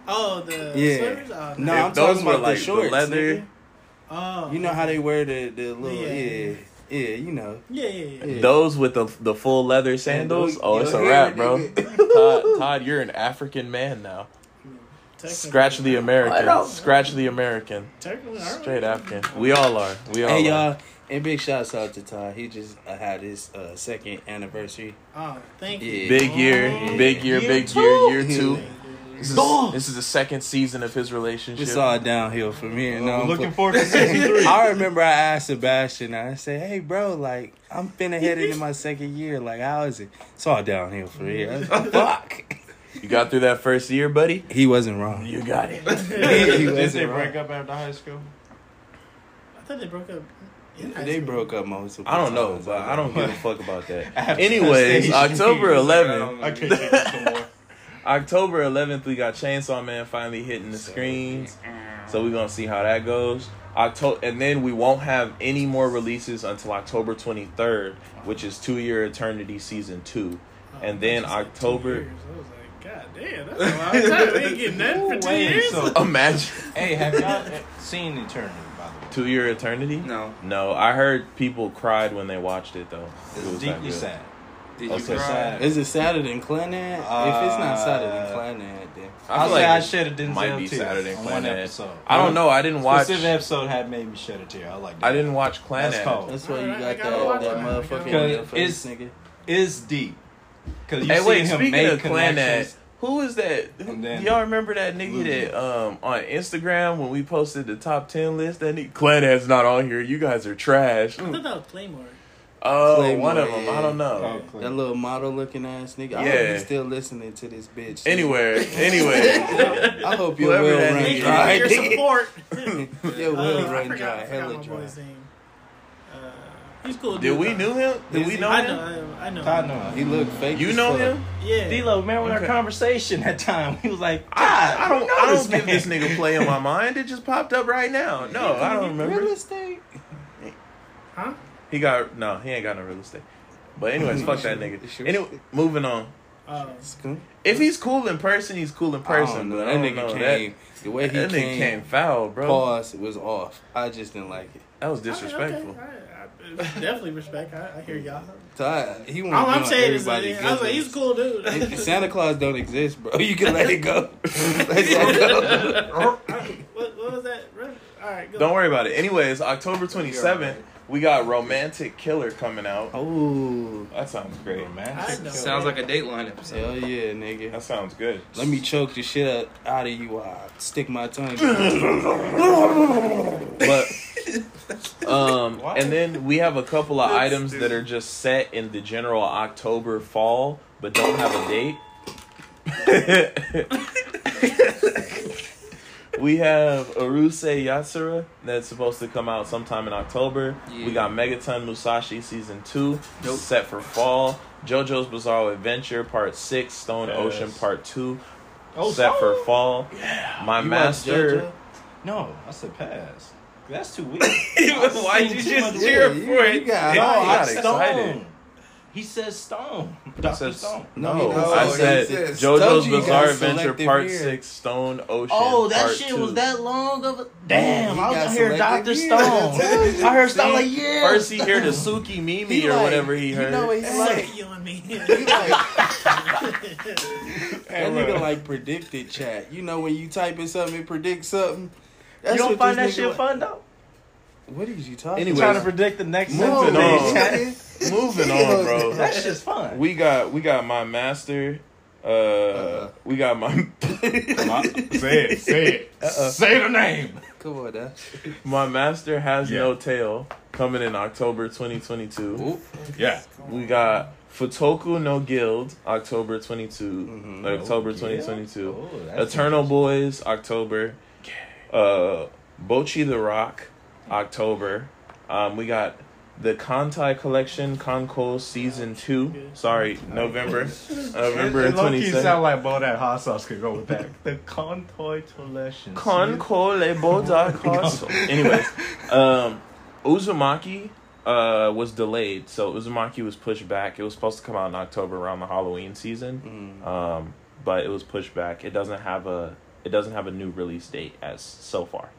Oh, the
Yeah.
sweaters? Oh,
No,
If
I'm
those
talking
were
about
like
the
the
shorts,
leather-
nigga.
Oh,
You know how they wear the the little yeah.
Yeah.
Yeah, you know.
Yeah, yeah, yeah.
Yeah.
Those with the the full leather sandals.
Sandals.
Oh, it's a wrap, bro. Todd, Todd, you're an African man now.
Technically,
Scratch the
I
American.
know.
Scratch the American.
Technically, all right.
Straight African. We all are. We all
Hey
are.
y'all, and big shouts out to Todd. He just uh, had his uh, second anniversary.
Oh, thank
Yeah.
you.
Big year,
Oh,
big year,
year
big
two.
year, year two.
Thank you.
This is,
Dog.
this is the second season of his relationship.
It's all downhill from here. No, Oh, I'm
looking forward to season three.
I remember I asked Sebastian, I said, hey, bro, like, I'm finna head into my second year. Like, how is it? It's all downhill from here. Fuck.
You got through that first year, buddy.
He wasn't wrong.
You got it.
He
Did they
wasn't wrong.
break up after high school?
I thought they broke up. in high
They
school.
broke up multiple
I don't know,
times.
but I don't give a fuck about that.
After
Anyways,
stage.
October
I
11th,
Mm.
don't
I
know.
can't take this no more.
October 11th, we got Chainsaw Man finally hitting the screens. So we're gonna see how that goes. October, and then we won't have any more releases until October 23rd, which is Two Year Eternity Season Two,
Oh,
and then
that's like two
October.
years. I was like, God damn, that's a long time. We ain't getting nothing for two
Wait,
years.
so-
Imagine
hey, have y'all eh, seen Eternity? By the way,
Two Year Eternity.
No.
No, I heard people cried when they watched it though. It
it's
was that
deeply
good.
sad.
Did
That's
you
so
cry?
sad.
Is it Saturday in Clannad? if it's not Saturday in
Uh,
Clannad, then.
I
I
feel
say I
like it
shed a Denzel
might be
tear
Saturday
on one
Planet.
episode.
I don't know. I didn't watch.
Specific episode had made me shed a tear. I like. That.
I didn't watch Planet.
That's cold.
That's why you
Alright,
got
I gotta watch
that, that
it.
motherfucking
Cause
in your face,
it's-
nigga.
It's deep. Cause you
Hey,
see
wait.
him
Speaking
make
of Planet,
connections.
who is that? Who-
And then-
do y'all remember that nigga that um on Instagram when we posted the top ten list? That nigga Planet's not on here. You guys are trash.
I thought that was Claymore.
Oh,
Claymore,
one of them. I don't know.
Oh, clean.
That little model looking ass nigga. I hope
Yeah.
you still listening to this bitch. nigga.
Anyway, anyway,
I hope your
Whoever
well
that
run
nigga
Thank you
dry.
for your
nigga.
support.
Your well
Uh,
run
I forgot,
Oh, dry,
I forgot
hella
my
dry.
boy's name. Uh, he's cool.
did
dude,
we
though.
knew him? Did we know
I
him?
know. I, I know.
I know.
He look fake.
You
as
know
fuck.
him?
Yeah.
D-Lo, man, with
Okay.
our conversation that time, he was like,
I, I don't. I don't
this
give this
man.
nigga play in my mind. It just popped up right now. No, I don't
Real
remember.
estate.
Huh?
He got no. He ain't got no real estate. But anyways, fuck that nigga.
Sure.
Anyway, moving on.
Uh,
If he's cool in person, he's cool in person. But
that
I don't
nigga
know.
came. the way
That,
he
that nigga
came,
came foul, bro.
pause was off. I just didn't like it.
That was disrespectful.
Okay, I, I, I definitely respect. I, I hear y'all.
So I, he wanted
All
to be
I'm
on
saying is, that,
everybody's
I was like, he's a
good
cool dude.
list. If Santa Claus don't exist, bro. You can let it go. let that go.
what, what was that? All right, go.
Don't worry about it. Anyways, October twenty seventh, we got Romantic Killer coming out.
Oh,
That sounds great.
I know.
Sounds like a Dateline episode.
hell yeah, nigga.
That sounds good.
Let me choke the shit up out of you while I stick my tongue.
But um
Why?
and then we have a couple of items that are just set in the general October fall but don't have a date. we have Aruse Yatsura that's supposed to come out sometime in October.
Yeah.
We got Megaton Musashi season 2
Dope.
set for fall. JoJo's Bizarre Adventure part 6, Stone
Yes.
Ocean part 2
Oh,
set
so-
for fall. My
You watch
master
JoJo?
No, I said pass. That's too weak.
Why'd you just cheer
Yeah,
for
you- you
it?
got
No,
high.
I
got excited.
Stone. He says Stone.
I
Doctor
said,
Stone.
no,
No,
I
he
doesn't.
said
He said,
told
JoJo's
you you
Bizarre
got
Adventure
selective
Part
hearing.
Six, Stone Ocean.
Oh, that
Part
shit
Two.
was that long of a. Damn, I
He
was
got
out here, Doctor
selective
Stone.
hearing.
I heard Stone like,
See?
yeah.
First he heard the Suki Mimi
He
or
like-
whatever he heard.
You know what he's like.
Suck you on me.
He like- That nigga like predicted chat. You know when you type in something, it predicts something. That's
you don't
what
find that
this
shit
nigga like-
fun though.
What is you talking?
Anyways,
Trying to predict the next
Moving
sentence.
on.
That
Moving on, bro.
That shit's fun.
We got we got my master. Uh,
Uh-uh.
we got my
say it, say it, say the name.
Come on, now.
my master has
Yeah.
no tail coming in October 2022.
Yeah,
We got Futoku no Guild October 22, uh, October 2022.
Oh, that's
Eternal Boys, October. Uh, Bochi the Rock, October. Um, we got the Kantai Collection, Conco Season 2. Sorry, November. November
It low-key
27th.
sound like Bo that hot sauce could go with that. the Contoy collection.
Conco le Boda Anyways, um, Uzumaki uh, was delayed. So Uzumaki was pushed back. It was supposed to come out in October around the Halloween season. um, but it was pushed back. It doesn't have a it doesn't have a new release date as so far.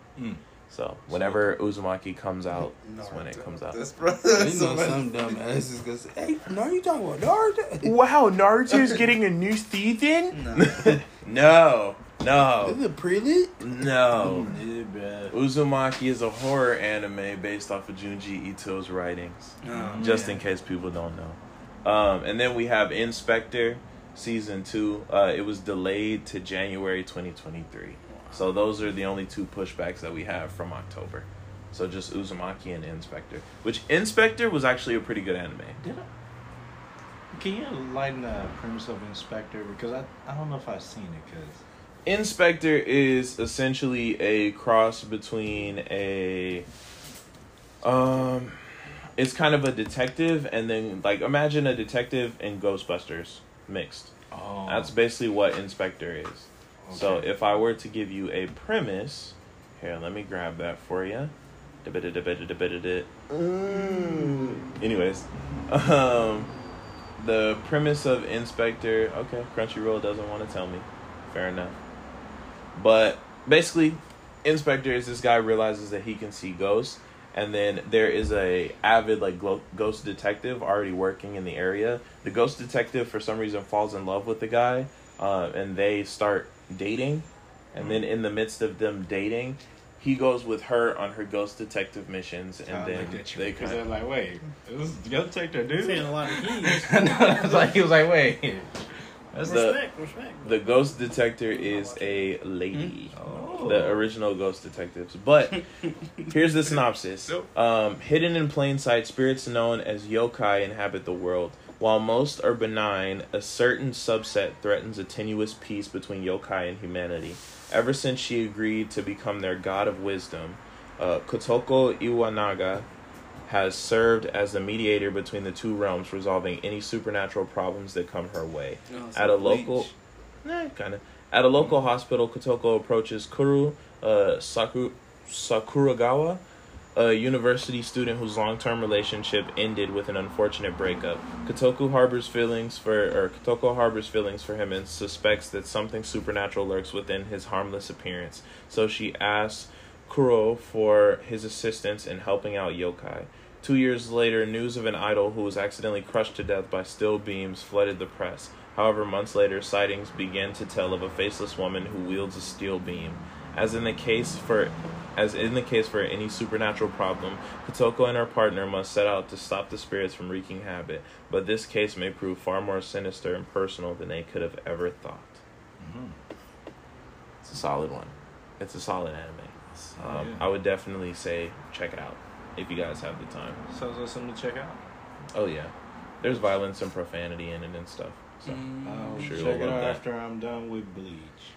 So whenever Uzumaki comes out, is
Naruto.
when it comes out.
This brother.
You know, some dumb ass is gonna say, "Hey, no, you talking about Naruto?
Wow, Naruto's getting a new season?
No.
No,
This
no,
is a prelude."
no.
Yeah, bruh.
Uzumaki is a horror anime based off of Junji Ito's writings.
No.
just in case people don't know. Um, and then we have Inspector season two. Uh, it was delayed to January 2023. So those are the only two pushbacks that we have from October. So just Uzumaki and Inspector, which Inspector was actually a pretty good anime.
Did I? Can you enlighten the premise of Inspector? Because I, I don't know if I've seen it. Cause
Inspector is essentially a cross between a um it's kind of a detective and then like imagine a detective and Ghostbusters mixed.
oh,
That's basically what Inspector is. So
Okay.
if I were to give you a premise, here, let me grab that for you. Anyways, um, the premise of Inspector. Okay, Crunchyroll doesn't want to tell me. Fair enough. But basically, Inspector is this guy realizes that he can see ghosts, and then there is a avid like glo- ghost detective already working in the area. The ghost detective for some reason falls in love with the guy, uh, and they start dating. And then in the midst of them dating, he goes with her on her ghost detective missions, and
I
then
looked at you
they
because
kind
they're like, wait, this Young Tector
Saying
dude.
a lot of keys.
And I was like, he was like, wait, that's the.
Respect, respect.
The ghost detector is a lady.
Oh.
The original ghost detectives. But here's the synopsis.
Nope.
Um, hidden in plain sight, spirits known as yokai inhabit the world. While most are benign, a certain subset threatens a tenuous peace between yokai and humanity. Ever since she agreed to become their god of wisdom, uh, Kotoko Iwanaga has served as the mediator between the two realms, resolving any supernatural problems that come her way.
No, it's
At a
bleach.
local, nah, kind of. At a local hospital, Kotoko approaches Kuru uh, Saku, Sakuragawa, a university student whose long-term relationship ended with an unfortunate breakup. Kotoku harbors feelings for, or Kotoko harbors feelings for him and suspects that something supernatural lurks within his harmless appearance. So she asks Kuro for his assistance in helping out yokai. Two years later, news of an idol who was accidentally crushed to death by steel beams flooded the press. However, months later, sightings began to tell of a faceless woman who wields a steel beam. As in the case for as in the case for any supernatural problem, Kotoko and her partner must set out to stop the spirits from wreaking havoc, but this case may prove far more sinister and personal than they could have ever thought. It's a solid one. It's a solid anime. Um,
Yeah.
I would definitely say check it out if you guys have the time.
Sounds like something to check out.
Oh yeah, there's violence and profanity in it and stuff. So
I'll
Sure,
Mm, check it
love
out
that.
after I'm done with Bleach.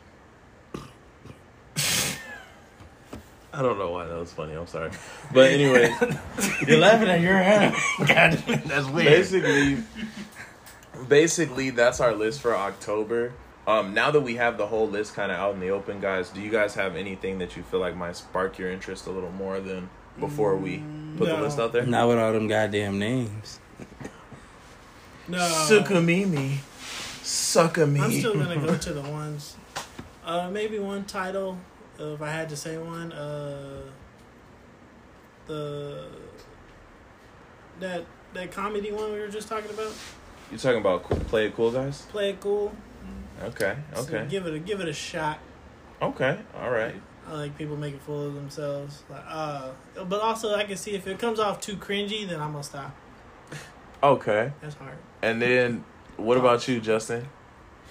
I don't know why that was funny. I'm sorry, but anyway, you're laughing at your head.
God, that's
basically basically that's our list for october um now that we have the whole list kind of out in the open guys do you guys have anything that you feel like might spark your interest a little more than before we put the
No.
list out there
Not with all them goddamn names.
No,
sukamimi
I'm still
sukamimi
gonna go to the ones. Uh, maybe one title, uh, if I had to say one. Uh, the that that comedy one we were just talking about.
you talking about cool, play it cool guys
Play it cool.
okay
So
okay
give it a give it a shot.
okay all right
I like people making fools of themselves. Like, uh, but also I can see if it comes off too cringy, then I'm gonna stop.
okay
That's hard.
and then what about you justin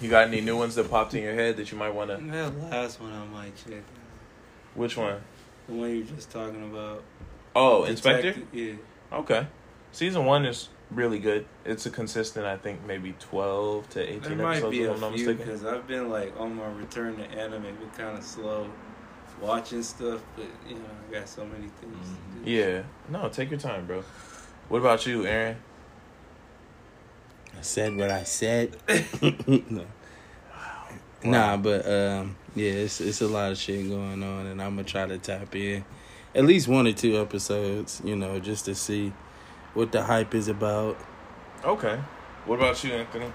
you got any new ones that popped in your head that you might want to
That last one I might check. out.
which one?
The one you were just talking about.
Oh, inspector
Detective- Yeah.
Okay. Season one is really good. It's a consistent, I think, maybe 12 to 18
There
episodes,
might be
if
a
I'm not
few
mistaken.
because I've been like on my return to anime, been kind of slow watching stuff, but you know I got so many things. To do.
Yeah. No, take your time, bro. What about you, Aaron?
I said what I said. no. Nah, but um, yeah, it's it's a lot of shit going on, and I'm gonna try to tap in, at least one or two episodes, you know, just to see what the hype is about.
Okay. What about you, Anthony?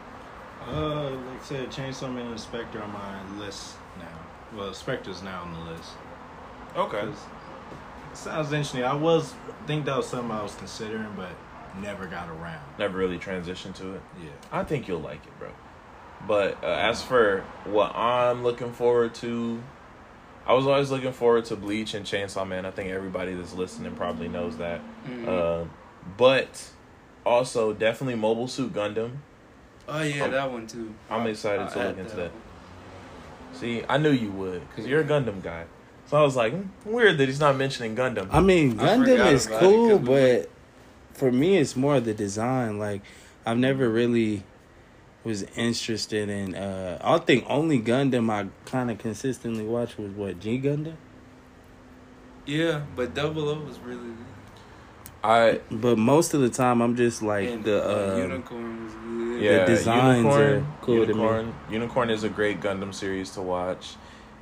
Uh, like I said, Chainsaw Man and Spectre on my list now. Well, Spectre's now on the list.
Okay.
'Cause Sounds interesting. I was think that was something I was considering, but never got around.
Never really transitioned to it.
Yeah.
I think you'll like it, bro. But uh, as for what I'm looking forward to, I was always looking forward to Bleach and Chainsaw Man. I think everybody that's listening probably knows that.
Mm-hmm.
Uh, but also, definitely Mobile Suit Gundam.
Oh yeah,
I'm-
that one too.
I'm excited
I-
to
I
look
had
into that. See, I knew you would because you're a Gundam guy. So I was like, hmm, weird that he's not mentioning Gundam.
I mean,
I forgot
Gundam is
about it,
cool,
'cause we
but for me, it's more the design. Like, I've never really was interested in. uh I think only Gundam I kind of consistently watched was what G Gundam,
Yeah, but Double O was really good.
I
but most of the time, I'm just like
And,
the.
uh,
Uh,
unicorn was good.
um, yeah,
designs
Unicorn,
are cool to me.
Unicorn, Unicorn is a great Gundam series to watch.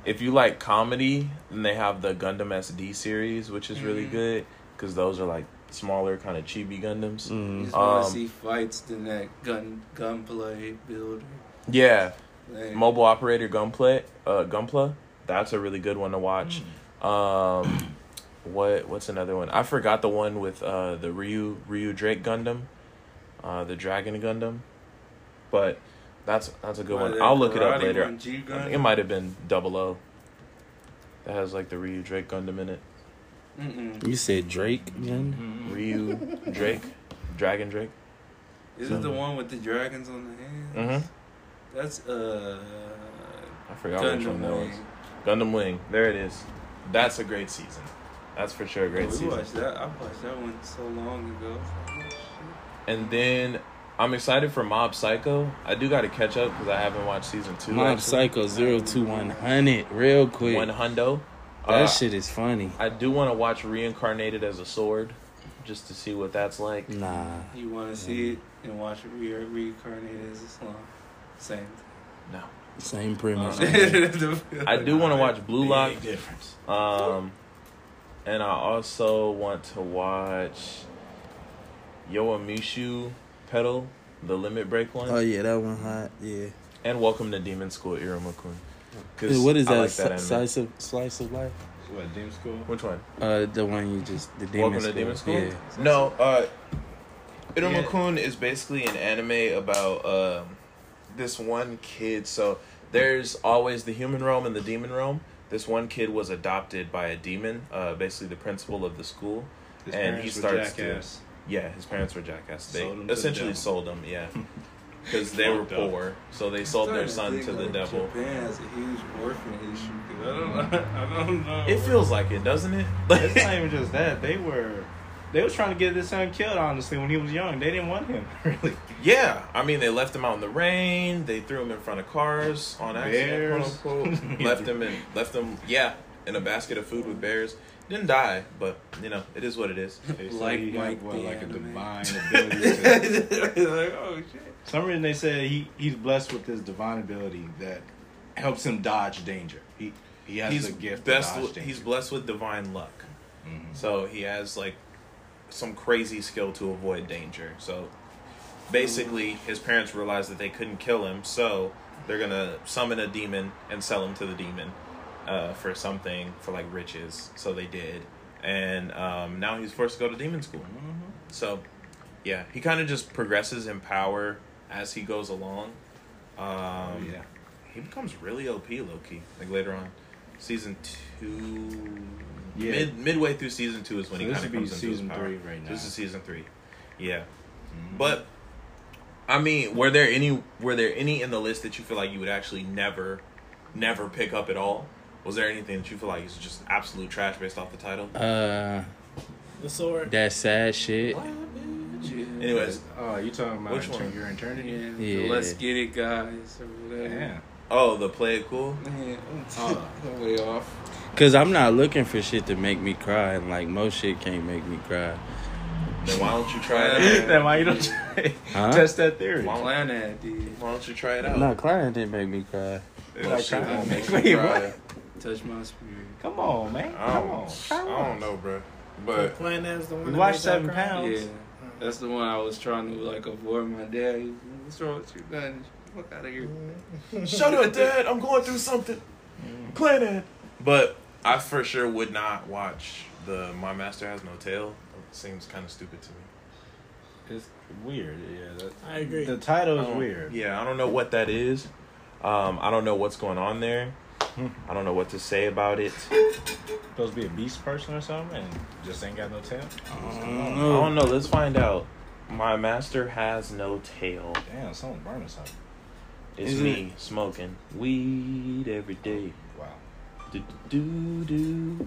If you like comedy, then they have the Gundam SD series, which is really
Mhm.
good because those are like smaller, kind of chibi Gundams.
You
mm,
just want
Um,
to see fights than that gun gunplay builder.
Yeah,
Like,
Mobile Operator Gunpla, uh, Gunpla, that's a really good one to watch.
Mm.
Um, what what's another one? I forgot the one with uh the Ryu Ryu Drake Gundam, uh the Dragon Gundam, but that's that's a good
why
one.
that
I'll look it up
karate
later.
one, G-Gun?
I think it might have been Double O. That has like the Ryu Drake Gundam in it.
Mm-mm.
you said Drake Gundam.
Mm-hmm.
Ryu Drake, Dragon Drake.
Is it the one with the dragons on the hand?
Mm-hmm.
That's uh.
I forgot which
Gundam
one that was.
Wing.
Gundam Wing. There it is. That's a great season. That's for sure a
We
great season.
watched that. I watched that one so long ago. Shit.
And then I'm excited for Mob Psycho. I do got to catch up because I haven't watched season two.
Mob
actually.
Psycho zero to one hundred, real quick.
One Hundo. Uh,
that shit is funny.
I do want to watch Reincarnated as a Sword, just to see what that's like.
Nah,
You want to see it and watch it re- reincarnated as Islam. Same.
No,
same premise.
I do want to watch Blue Lock.
Big difference.
Um, and I also want to watch Yoamishu Pedal, the Limit Break one,
oh yeah, that one hot. Yeah.
and Welcome to Demon School Irumakun.
Dude, what is
I
that?
like that
si-
anime.
slice of slice of life.
What Demon School?
Which one?
Uh, the one you just the demon
Welcome
school.
to Demon School.
Yeah.
No, uh,
Yeah.
Iruma Kun is basically an anime about um, this one kid. So there's always the human realm and the demon realm. This one kid was adopted by a demon, uh, basically the principal of the school.
His
And
parents
he
were
starts to-
jackass.
Yeah, his parents were jackass. They
Sold him to the
essentially
devil.
sold him. Yeah, because they were
Fucked up.
poor, so they sold their son to the devil.
Japan has a huge orphan issue. 'cause I don't. I don't know.
It feels like it, doesn't it?
It's not even just that. They were they was trying to get this son killed. Honestly, when he was young, they didn't want him. Really,
yeah, I mean, they left him out in the rain. They threw him in front of cars on accident. quote
Bears.
unquote. left him and left him yeah in a basket of food with bears didn't die but you know it is what it is
They said
Like
he had,
Mike
what,
the
like a
anime.
divine ability. To,
like oh shit.
For some reason they said he he's blessed with this divine ability that helps him dodge danger. He he has
he's
a gift. to
best
dodge
with,
danger.
he's blessed with divine luck
Mm-hmm.
so he has like some crazy skill to avoid danger so basically his parents realized that they couldn't kill him so they're gonna summon a demon and sell him to the demon uh, for something for like riches so they did and um, now he's forced to go to demon school so yeah he kind of just progresses in power as he goes along um,
Oh, yeah.
he becomes really OP low key. Like later on, season two,
Yeah.
mid midway through season two is when
So
he
this
kind of
would be
comes into his
season
power.
three right now. Mm-hmm.
This is season three, yeah. But I mean, were there any were there any in the list that you feel like you would actually never, never pick up at all? Was there anything that you feel like is just absolute trash based off the title?
Mm-hmm.
Uh,
The sword.
that sad shit.
Anyways,
Oh, you talking about
Which
Which
one?
your eternity?
Yeah, so
Yeah.
let's get it, guys. Or
Yeah.
whatever.
oh, the play it cool.
Man, I'm
Oh.
I'm way off.
Cause I'm not looking for shit to make me cry, and like most shit can't make me cry.
Then why don't you try it?
then why you don't try,
Huh?
test that theory?
Why don't,
Planet, dude.
why don't you try it out?
No, Clara didn't make me cry.
Well, shit,
Like,
won't make
wait,
you
what?
cry.
Touch my spirit.
Come on, man.
I
Come on.
don't,
Come
I
on.
don't know, bro. But
Plan as the one.
We
that
watched
makes y'all
Seven
cry?
Pounds.
Yeah, that's the one I was trying to like avoid. My dad, he was, what's wrong with you? Nothing. Fuck out of here.
Shut up, Dad. I'm going through something. Planet. Mm. But I for sure would not watch the My Master Has No Tail. It seems kind of stupid to me.
It's weird. Yeah,
I agree.
the title
I
is
don't-
weird.
Yeah, I don't know what that is. Um, I don't know what's going on there.
Hmm.
I don't know what to say about it.
Supposed to be a beast person or something, and just ain't got no tail. Oh.
I don't know. Let's find out. My master has no tail.
Damn, someone burning something.
It's
Isn't
me smoking weed every day.
Wow.
Do do do.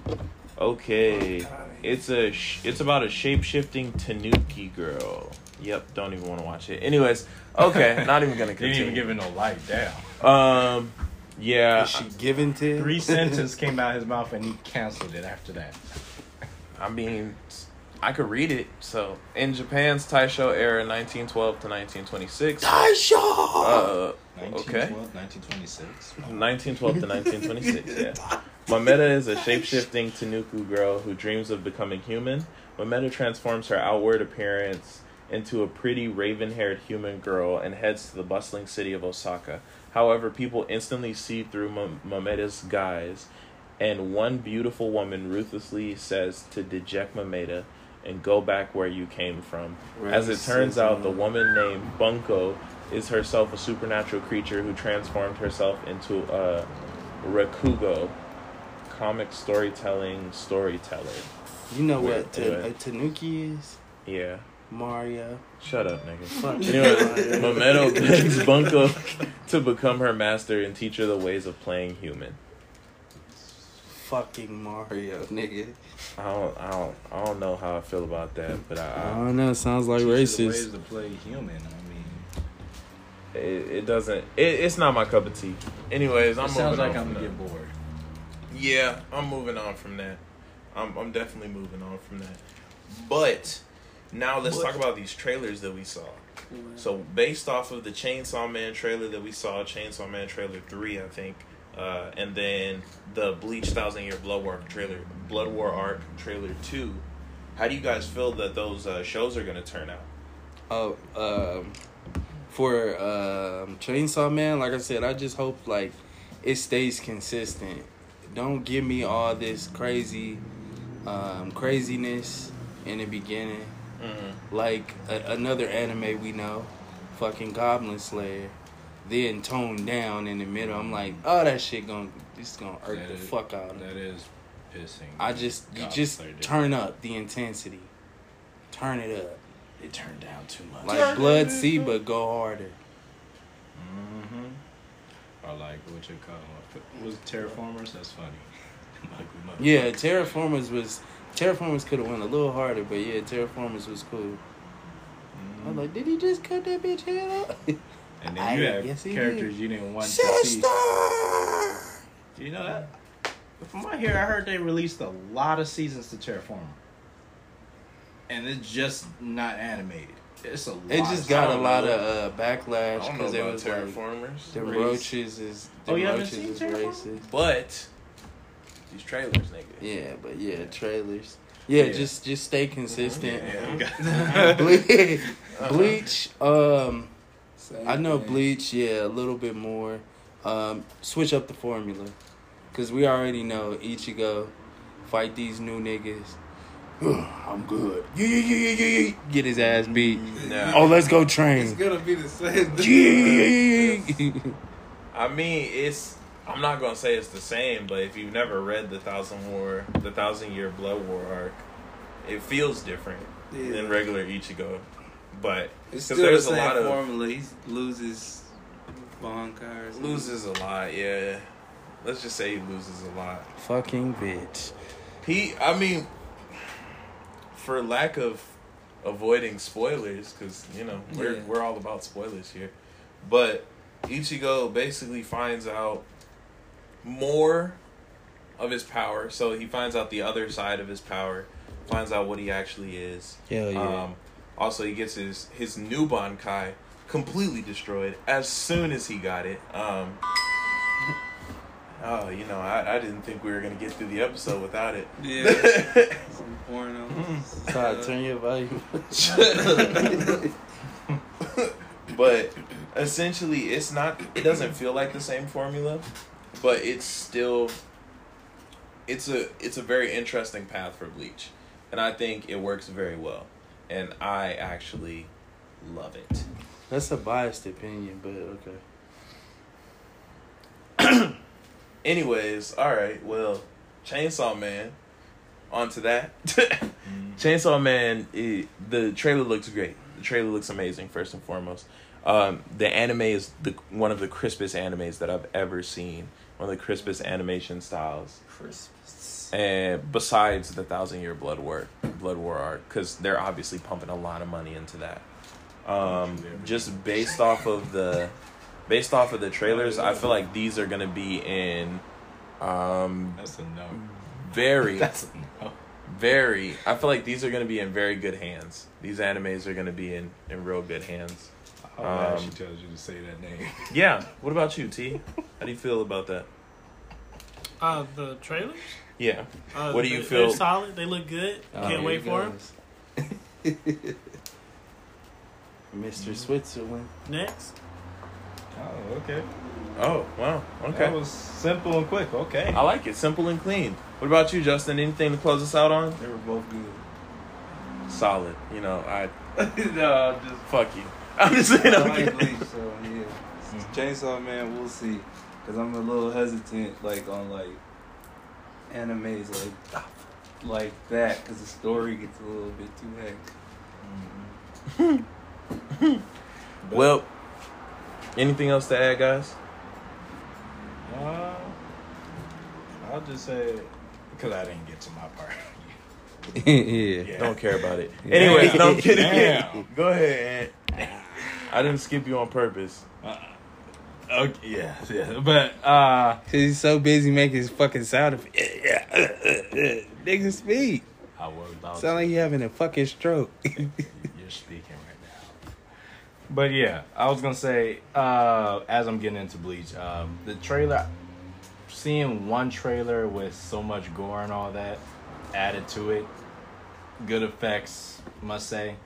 Okay, it's a sh- it's about a shape shifting Tanuki girl. Yep, don't even want to watch it. Anyways, okay, not even gonna
Didn't even give
continue.
it no light. Damn.
Um, yeah,
Is she giving to?
Three sentences came out of his mouth, and he canceled it after that.
I mean, I could read it. So, in Japan's Taisho era, 1912 to 1926. Taisho! Uh, okay.
1912, 1926.
1912 to 1926, yeah. Mameta is a shapeshifting Tanuku girl who dreams of becoming human. Mameta transforms her outward appearance into a pretty raven haired human girl and heads to the bustling city of Osaka. However, people instantly see through Mam- Mameta's guise, and one beautiful woman ruthlessly says to deject Mameta and go back where you came from. As it turns out, the woman named Bunko is herself a supernatural creature who transformed herself into a Rakugo, comic storytelling storyteller.
You know
Wait,
what ta-
uh,
wait.
a tanuki is?
Yeah.
Mario.
Shut up, nigga.
Fuck.
Anyway, Momento begs Bunko to become her master and teach her the ways of playing human.
Fucking Mario, nigga.
I don't, I don't, I don't know how I feel about that, but
I
I,
don't know. Sounds like
Teaches the ways
racist.
to play human. I mean,
I it, it doesn't, it, it's not my cup of tea. Anyways, I'm
it
moving
sounds like
on
I'm
from
gonna
that.
get bored.
Yeah, I'm moving on from that. I'm I'm definitely moving on from that. But now let's talk about these trailers that we saw. So based off of the Chainsaw Man trailer that we saw, Chainsaw Man trailer three, I think, uh, and then the Bleach Thousand Year Blood War trailer, Blood War arc trailer two. How do you guys feel that those uh, shows are going to turn out?
Oh, um, for um, Chainsaw Man, like I said, I just hope like it stays consistent. Don't give me all this crazy, um, craziness in the beginning,
Mm-hmm.
like a- another anime we know, fucking Goblin Slayer. Then toned down in the middle. I'm like, oh, that shit gonna, it's gonna irk
That
the
is-
fuck out of me.
That is pissing.
I just you
God,
just
they did.
turn up the intensity. Turn it up.
It turned down too much.
Like blood sea but go harder.
hmm Or like what you call it was it terraformers. That's funny. like we mother-
Yeah, Terraformers was Terraformers could have went a little harder, but yeah, Terraformers was cool. I was like, did he just cut that bitch head up?
And then you
I-
have
yes, he
characters you didn't want to see.
Sister
Do you know that? From what I hear, I heard they released a lot of seasons to Terraformer, and it's just not animated. It's a. Lot
It just got a lot of uh, backlash because it was like
Terraformers,
the roaches is the
Oh, you haven't
roaches
seen
is
Terraformers?
racist.
but these trailers, nigga.
Yeah, but yeah, trailers. Yeah,
Yeah.
just just stay consistent.
Yeah.
Ble- Bleach. Um,
Same
I know
thing.
Bleach. Yeah, a little bit more. Um, switch up the formula, cause we already know Ichigo fight these new niggas. I'm good. Yeah, yeah, yeah, yeah, yeah. Get his ass beat.
Nah.
Oh, let's go
It's
train.
gonna be the same.
Yeah, yeah, yeah, yeah.
I mean, it's. I'm not gonna say it's the same, but if you've never read the Thousand War, the Thousand Year Blood War arc, it feels different
Yeah.
than regular Ichigo. But
It's
'cause
still the
there's a
same
lot of-
formula. He loses bonkers.
loses a lot, yeah. Let's just say he loses a lot.
Fucking bitch.
He, I mean, for lack of avoiding spoilers, because you know we're
Yeah.
we're all about spoilers here, but Ichigo basically finds out more of his power. So he finds out the other side of his power, finds out what he actually is.
Hell yeah.
Um, also, he gets his his new Bankai completely destroyed as soon as he got it. Um, oh, you know, I, I didn't think we were gonna get through the episode without it.
Yeah, some porno.
Todd, turn your volume.
but essentially, it's not. It doesn't feel like the same formula, but it's still it's a it's a very interesting path for Bleach, and I think it works very well, and I actually love it.
That's a biased opinion, but okay.
Anyways, all right, well, Chainsaw Man, on to that. Chainsaw Man, it, the trailer looks great. The trailer looks amazing. First and foremost, um, the anime is the one of the crispest animes that I've ever seen. One of the crispest animation styles.
Christmas.
and besides the thousand year blood war blood war arc because they're obviously pumping a lot of money into that um just based off of the based off of the trailers i feel like these are gonna be in um
That's a no.
very
That's a no.
very i feel like these are gonna be in very good hands these animes are gonna be in in real good hands
How bad
Um,
she tells you to say that name.
yeah what about you t how do you feel about that
Uh, the trailers.
yeah
Uh,
What do you
they-
feel-
They're solid. They look good. Can't wait for them.
Mr. Switzerland.
Next.
Oh, okay.
oh wow okay
That was simple and quick. Okay.
i like it simple and clean what about you justin anything to close us out on
They were both good.
solid. You know, I
no, I'm just.
fuck you. I'm just saying.
I
I'm
like
kidding.
Bleach, so yeah. Chainsaw Man, we'll see. Cause I'm a little hesitant, like on like animes like like that, cause the story gets a little bit too hectic.
Well, anything else to add, guys?
Uh, I'll just say because I didn't get to my part.
yeah.
Yeah.
Don't care about it. Anyways, no, I'm kidding.
Damn.
Go ahead. Ant. I didn't skip you on purpose.
Okay, yeah, yeah, but uh,
Cause he's so busy making his fucking sound of Nigga speak.
I was about
Sound like you having a fucking stroke.
You're speaking right now. But yeah, I was gonna say, uh, as I'm getting into Bleach, um, the trailer, seeing one trailer with so much gore and all that added to it, good effects, must say.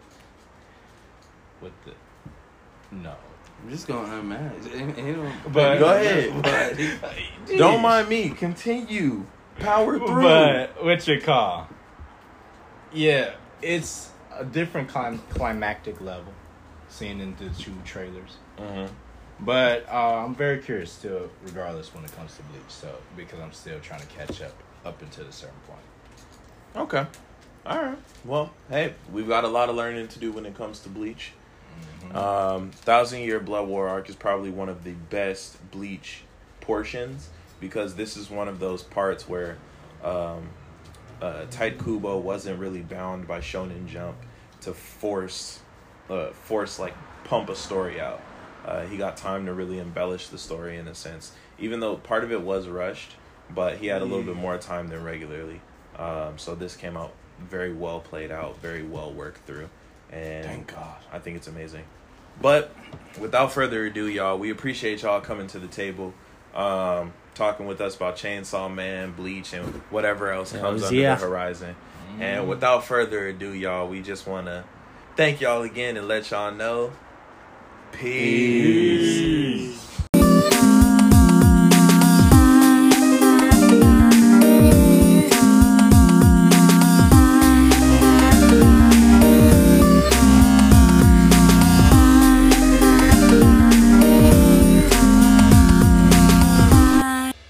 With the, no,
I'm just gonna unmask. Ain't- ain't no-
but
Go ahead.
But-
Don't mind me. Continue. Power through.
But what you call? Yeah, it's a different clim- climactic level, seeing into the two trailers.
Mhm.
But uh, I'm very curious still, regardless when it comes to Bleach. So because I'm still trying to catch up up until a certain point.
Okay. All right. Well, hey, we've got a lot of learning to do when it comes to Bleach. Um, Thousand Year Blood War arc is probably one of the best Bleach portions because this is one of those parts where um, uh, Tight Kubo wasn't really bound by Shonen Jump to force, uh, force like pump a story out. Uh, he got time to really embellish the story in a sense, even though part of it was rushed, but he had a little bit
Mm.
more time than regularly. Um, so this came out very well played out, very well worked through, and
Thank God.
I think it's amazing. But without further ado, y'all, we appreciate y'all coming to the table, um, talking with us about Chainsaw Man, Bleach, and whatever else comes under
yeah.
the horizon.
Mm.
And without further ado, y'all, we just want to thank y'all again and let y'all know. Peace.
Peace.